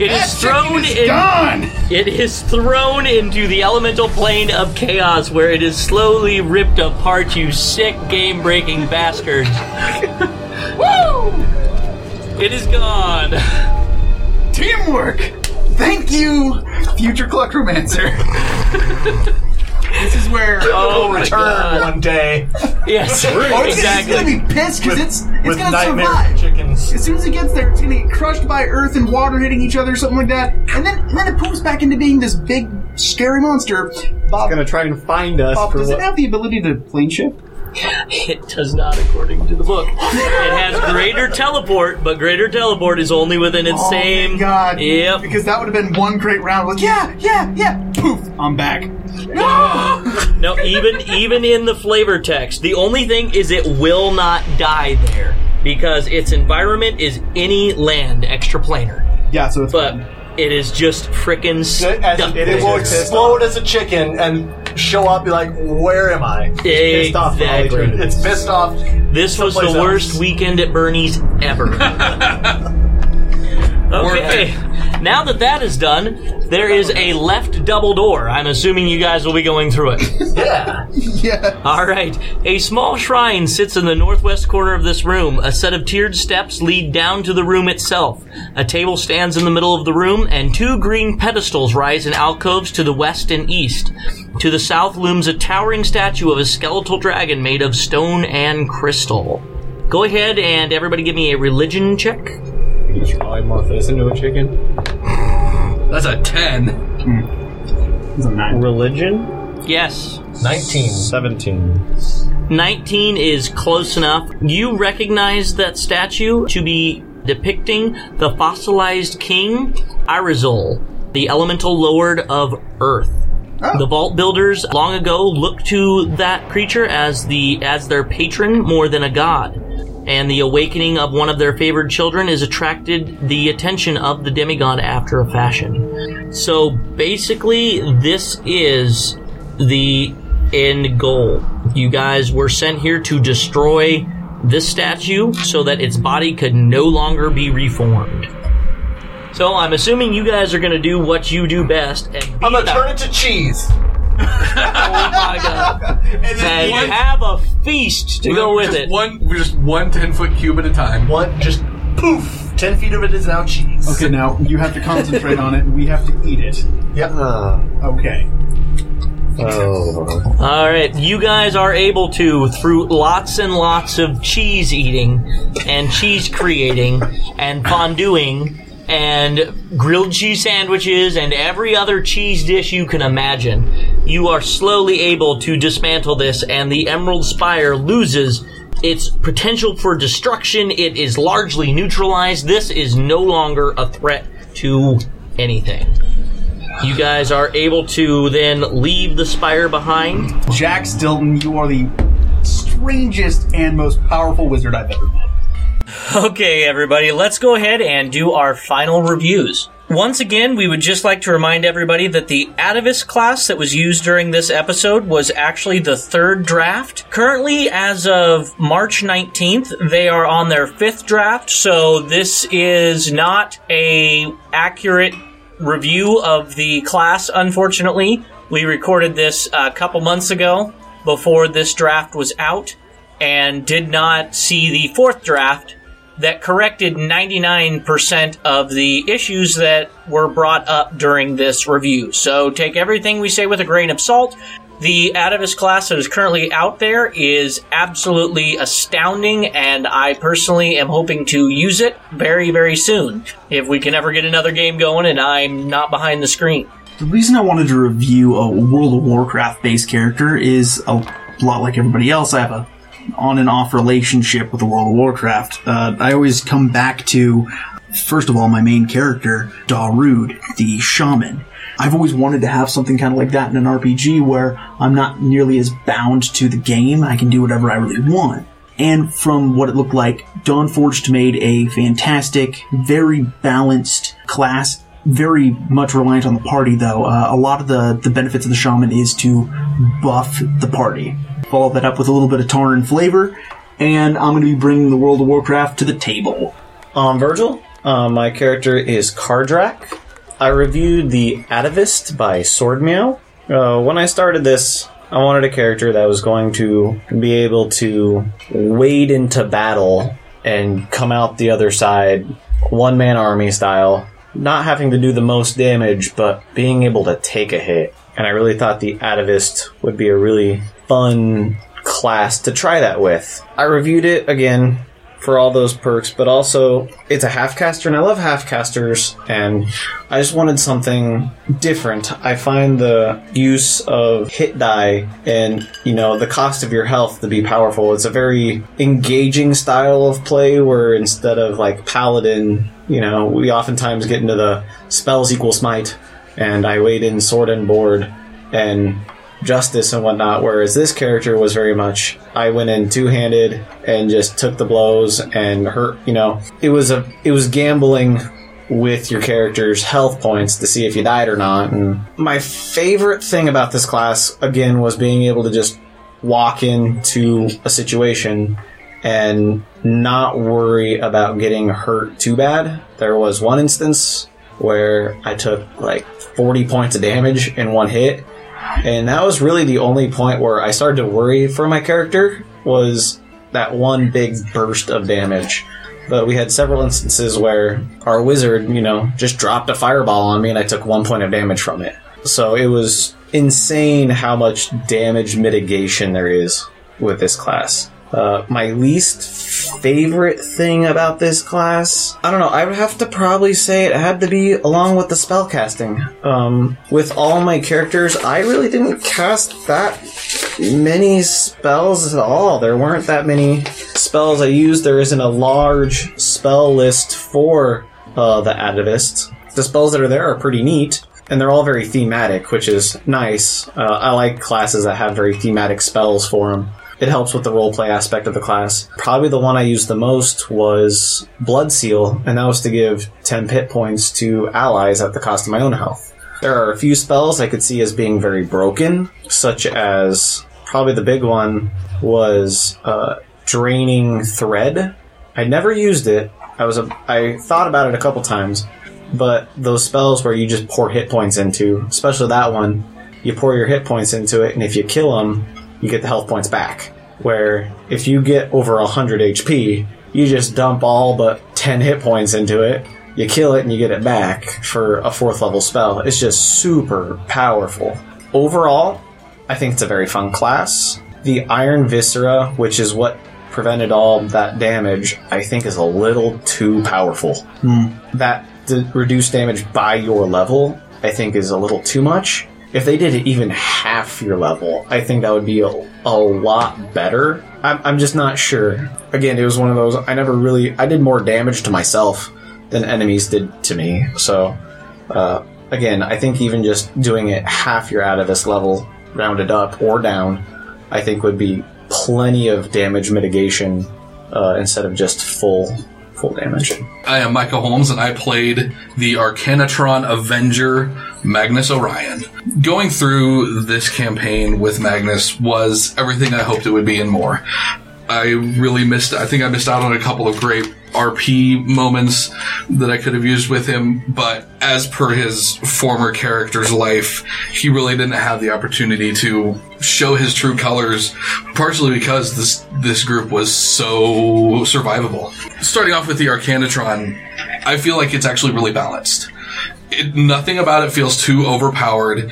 It is thrown in,
Gone.
it is thrown into the elemental plane of chaos where it is slowly ripped apart, you sick game breaking bastards. Woo! It is gone.
Teamwork. Thank you, future Cluckromancer. this is where.
Oh my
Return
god.
one day
Yes.
Oh, it's,
exactly.
it's gonna be pissed because it's it's
with
gonna
nightmare
survive.
chickens.
As soon as it gets there, it's gonna get crushed by earth and water hitting each other, or something like that, and then and then it poops back into being this big scary monster. Bob,
gonna try and find us.
Bob
for
does it
what-
have the ability to plane shift?
It does not, according to the book. It has greater teleport, but greater teleport is only within its
Oh,
same.
thank God,
Yep.
Because that would have been one great round. Like, yeah, yeah, yeah. Poof, I'm back. No.
No, even even in the flavor text, the only thing is it will not die there because its environment is any land extraplanar,
Yeah, so it's
but it is just frickin'
As
stuck.
it, it will
there.
explode as a chicken and show up, be like, "Where am I?"
Exactly.
It's pissed off.
This was the
Someplace else.
worst weekend at Bernie's ever. okay. Now that that is done, there is a left double door. I'm assuming you guys will be going through it.
Yeah.
yeah.
All right. A small shrine sits in the northwest corner of this room. A set of tiered steps lead down to the room itself. A table stands in the middle of the room, and two green pedestals rise in alcoves to the west and east. To the south looms a towering statue of a skeletal dragon made of stone and crystal. Go ahead and everybody give me a religion check.
You should probably morph this into a chicken.
That's a ten.
Religion?
Yes.
Nineteen.
17.
19 is close enough. You recognize that statue to be depicting the fossilized king Irazol, the elemental lord of Earth. The vault builders long ago looked to that creature as the as their patron more than a god. And the awakening of one of their favored children is attracted the attention of the demigod after a fashion. So basically this is the end goal. You guys were sent here to destroy this statue so that its body could no longer be reformed. So I'm assuming you guys are going to do what you do best and beat
I'm gonna
that-
turn it to cheese.
Oh my god.
And
And
then one,
have a feast to go with
just
it.
One, just one 10 foot cube at a time.
one just poof. Ten feet of it is now cheese.
Okay, now you have to concentrate on it. We have to eat it. Okay.
oh.
All right, you guys are able to through lots and lots of cheese eating and cheese creating and fondueing and grilled cheese sandwiches and every other cheese dish you can imagine. You are slowly able to dismantle this and the Emerald Spire loses its potential for destruction. It is largely neutralized. This is no longer a threat to anything. You guys are able to then leave the spire behind.
Jack Stilton, you are the strangest and most powerful wizard I've ever met.
Okay, everybody, let's go ahead and do our final reviews. Once again, we would just like to remind everybody that the Atavis class that was used during this episode was actually the third draft. Currently, as of March 19th, they are on their fifth draft, so this is not a accurate review of the class, unfortunately. We recorded this a couple months ago before this draft was out and did not see the fourth draft that corrected 99% of the issues that were brought up during this review. So take everything we say with a grain of salt. The Atavis class that is currently out there is absolutely astounding, and I personally am hoping to use it very, very soon. If we can ever get another game going and I'm not behind the screen.
The reason I wanted to review a World of Warcraft based character is a lot like everybody else. I have a on and off relationship with the World of Warcraft. Uh, I always come back to first of all my main character, Darude, the shaman. I've always wanted to have something kind of like that in an RPG where I'm not nearly as bound to the game. I can do whatever I really want. And from what it looked like, Dawnforged made a fantastic, very balanced class very much reliant on the party, though. Uh, a lot of the, the benefits of the shaman is to buff the party. Follow that up with a little bit of Tarn flavor, and I'm going to be bringing the World of Warcraft to the table.
Um, Virgil. Uh, my character is Kardrak. I reviewed The Atavist by Swordmeow. Uh, when I started this, I wanted a character that was going to be able to wade into battle and come out the other side, one man army style, not having to do the most damage, but being able to take a hit. And I really thought the Atavist would be a really fun class to try that with. I reviewed it again for all those perks, but also it's a half caster, and I love half casters, and I just wanted something different. I find the use of hit die and, you know, the cost of your health to be powerful. It's a very engaging style of play where instead of like paladin, you know, we oftentimes get into the spells equal smite, and I weighed in sword and board, and justice and whatnot, whereas this character was very much I went in two handed and just took the blows and hurt you know, it was a it was gambling with your character's health points to see if you died or not. And my favorite thing about this class, again, was being able to just walk into a situation and not worry about getting hurt too bad. There was one instance where I took like 40 points of damage in one hit, and that was really the only point where I started to worry for my character was that one big burst of damage. But we had several instances where our wizard, you know, just dropped a fireball on me and I took one point of damage from it. So it was insane how much damage mitigation there is with this class. Uh, my least favorite thing about this class, I don't know. I would have to probably say it had to be along with the spellcasting. Um, with all my characters, I really didn't cast that many spells at all. There weren't that many spells I used. There isn't a large spell list for uh, the Atavists. The spells that are there are pretty neat, and they're all very thematic, which is nice. Uh, I like classes that have very thematic spells for them. It helps with the roleplay aspect of the class. Probably the one I used the most was Blood Seal, and that was to give 10 pit points to allies at the cost of my own health. There are a few spells I could see as being very broken, such as probably the big one was uh, Draining Thread. I never used it. I was a, I thought about it a couple times, but those spells where you just pour hit points into, especially that one, you pour your hit points into it, and if you kill them, you get the health points back. Where if you get over 100 HP, you just dump all but 10 hit points into it, you kill it, and you get it back for a fourth level spell. It's just super powerful. Overall, I think it's a very fun class. The Iron Viscera, which is what prevented all that damage, I think is a little too powerful. That d- reduced damage by your level, I think, is a little too much if they did it even half your level, I think that would be a, a lot better. I'm, I'm just not sure. Again, it was one of those, I never really, I did more damage to myself than enemies did to me. So, uh, again, I think even just doing it half your out of this level, rounded up or down, I think would be plenty of damage mitigation uh, instead of just full full damage.
I am Michael Holmes, and I played the Arcanatron Avenger, Magnus Orion. Going through this campaign with Magnus was everything I hoped it would be and more. I really missed, I think I missed out on a couple of great RP moments that I could have used with him, but as per his former character's life, he really didn't have the opportunity to show his true colors, partially because this this group was so survivable. Starting off with the Arcanatron, I feel like it's actually really balanced. It, nothing about it feels too overpowered.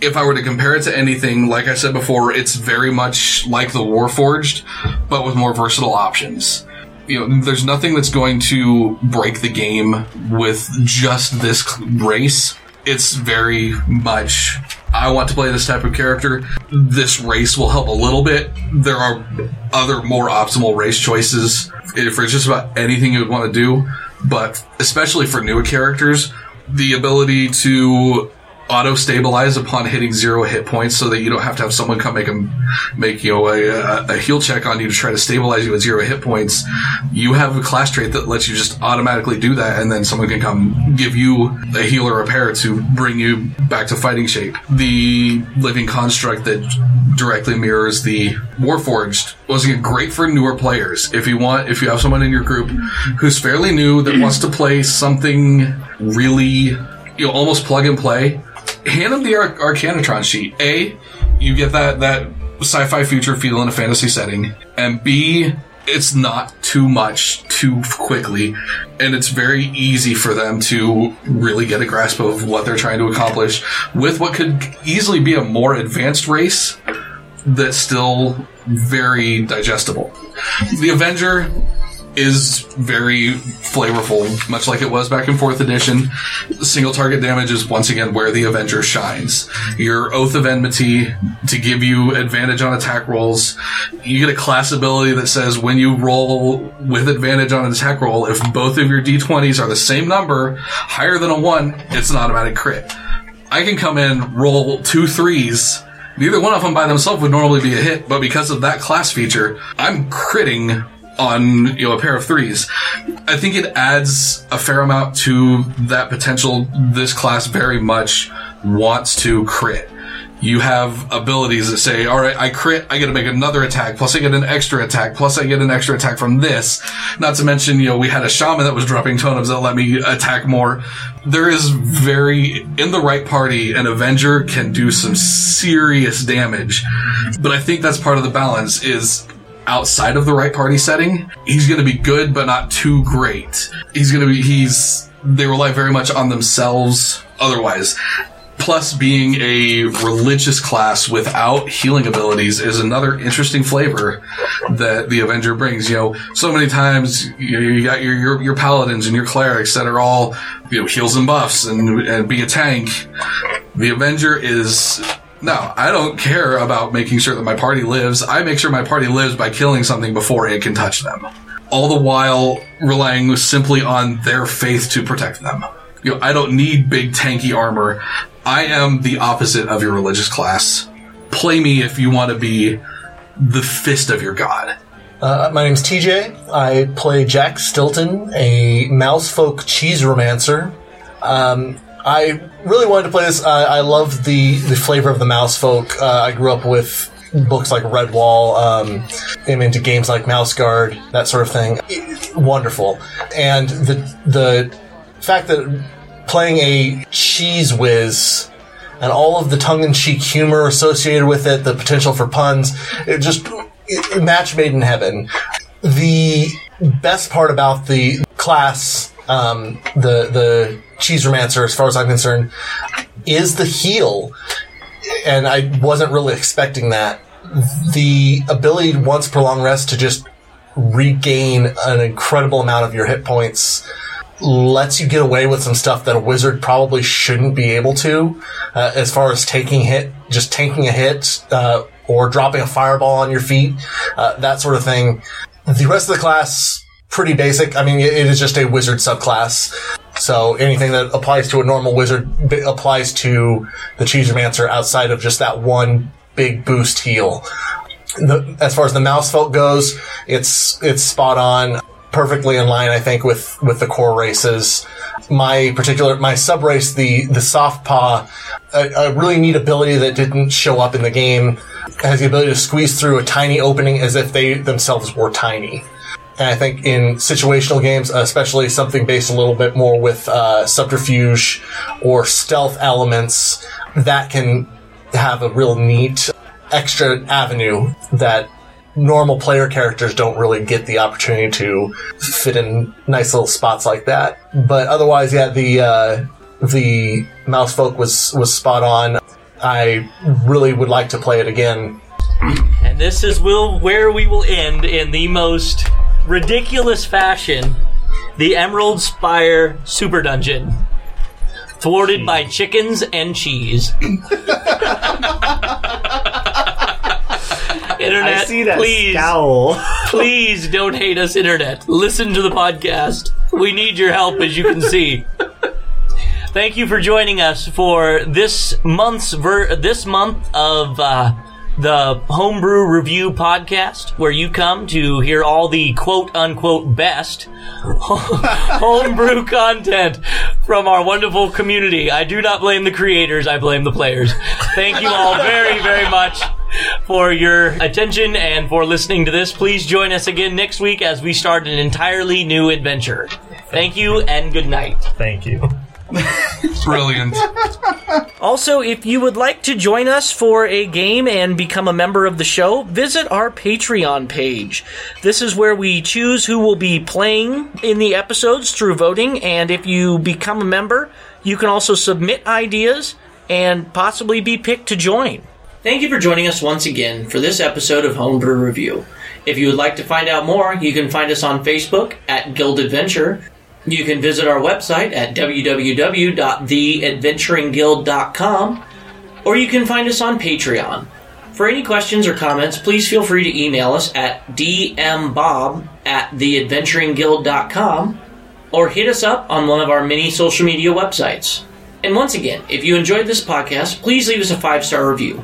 If I were to compare it to anything, like I said before, it's very much like the Warforged, but with more versatile options you know, there's nothing that's going to break the game with just this c- race. It's very much, I want to play this type of character. This race will help a little bit. There are other more optimal race choices eh, for just about anything you would want to do, but especially for newer characters, the ability to auto stabilize upon hitting zero hit points so that you don't have to have someone come make a make you know, a, a, a heal check on you to try to stabilize you at zero hit points you have a class trait that lets you just automatically do that and then someone can come give you a heal or repair to bring you back to fighting shape the living construct that directly mirrors the warforged was again great for newer players if you want if you have someone in your group who's fairly new that wants to play something really you know, almost plug and play hand them the Arc- Arcanatron sheet. A, you get that that sci-fi future feel in a fantasy setting, and B, it's not too much too quickly, and it's very easy for them to really get a grasp of what they're trying to accomplish with what could easily be a more advanced race that's still very digestible. The Avenger is very flavorful, much like it was back in fourth edition. Single target damage is once again where the Avenger shines. Your Oath of Enmity to give you advantage on attack rolls. You get a class ability that says when you roll with advantage on an attack roll, if both of your d20s are the same number, higher than a one, it's an automatic crit. I can come in, roll two threes. Neither one of them by themselves would normally be a hit, but because of that class feature, I'm critting on you know a pair of threes. I think it adds a fair amount to that potential. This class very much wants to crit. You have abilities that say, all right, I crit, I get to make another attack, plus I get an extra attack, plus I get an extra attack from this. Not to mention, you know, we had a shaman that was dropping totems that let me attack more. There is very, in the right party, an Avenger can do some serious damage. But I think that's part of the balance is outside of the right party setting, he's going to be good, but not too great. He's going to be, he's, they rely very much on themselves otherwise. Plus, being a religious class without healing abilities is another interesting flavor that the Avenger brings. You know, so many times you, you got your, your your paladins and your clerics that are all you know heals and buffs and and being a tank. The Avenger is no, I don't care about making sure that my party lives. I make sure my party lives by killing something before it can touch them. All the while relying simply on their faith to protect them. You know, I don't need big tanky armor. I am the opposite of your religious class. Play me if you want to be the fist of your god.
Uh, my name's TJ. I play Jack Stilton, a mousefolk cheese romancer. Um, I really wanted to play this. I, I love the, the flavor of the mousefolk. Uh, I grew up with books like Redwall. Um, I'm into games like Mouse Guard, that sort of thing. It- wonderful, and the the fact that playing a cheese whiz and all of the tongue-in-cheek humor associated with it, the potential for puns, it just it, it match made in heaven. The best part about the class, um, the the cheese romancer, as far as I'm concerned, is the heel, and I wasn't really expecting that. The ability once per long rest to just regain an incredible amount of your hit points lets you get away with some stuff that a wizard probably shouldn't be able to, uh, as far as taking hit, just taking a hit, uh, or dropping a fireball on your feet, uh, that sort of thing. The rest of the class, pretty basic. I mean, it- it is just a wizard subclass. So anything that applies to a normal wizard b- applies to the Cheesemancer outside of just that one big boost heal the, as far as the mouse folk goes, it's it's spot on, perfectly in line, I think, with with the core races. My particular my sub race, the the soft paw, a, a really neat ability that didn't show up in the game, has the ability to squeeze through a tiny opening as if they themselves were tiny And I think in situational games, especially something based a little bit more with uh, subterfuge or stealth elements, that can have a real neat extra avenue that normal player characters don't really get the opportunity to fit in nice little spots like that. But otherwise, yeah, the uh, the mouse folk was was spot on. I really would like to play it again.
And this is will where we will end in the most ridiculous fashion. The Emerald Spire Super Dungeon. Thwarted by chickens and cheese. Internet,
I see that
please,
scowl.
please don't hate us, Internet. Listen to the podcast. We need your help, as you can see. Thank you for joining us for this month's ver- this month of uh, the Homebrew Review podcast, where you come to hear all the quote unquote best homebrew content from our wonderful community. I do not blame the creators; I blame the players. Thank you all very, very much for your attention and for listening to this. Please join us again next week as we start an entirely new adventure. Thank you and good night.
Thank you.
Brilliant.
Also, if you would like to join us for a game and become a member of the show, visit our Patreon page. This is where we choose who will be playing in the episodes through voting, and if you become a member, you can also submit ideas and possibly be picked to join. Thank you for joining us once again for this episode of Homebrew Review. If you would like to find out more, you can find us on Facebook at Guild Adventure. You can visit our website at www.theadventuringguild.com or you can find us on Patreon. For any questions or comments, please feel free to email us at dmbob at theadventuringguild.com or hit us up on one of our many social media websites. And once again, if you enjoyed this podcast, please leave us a five star review.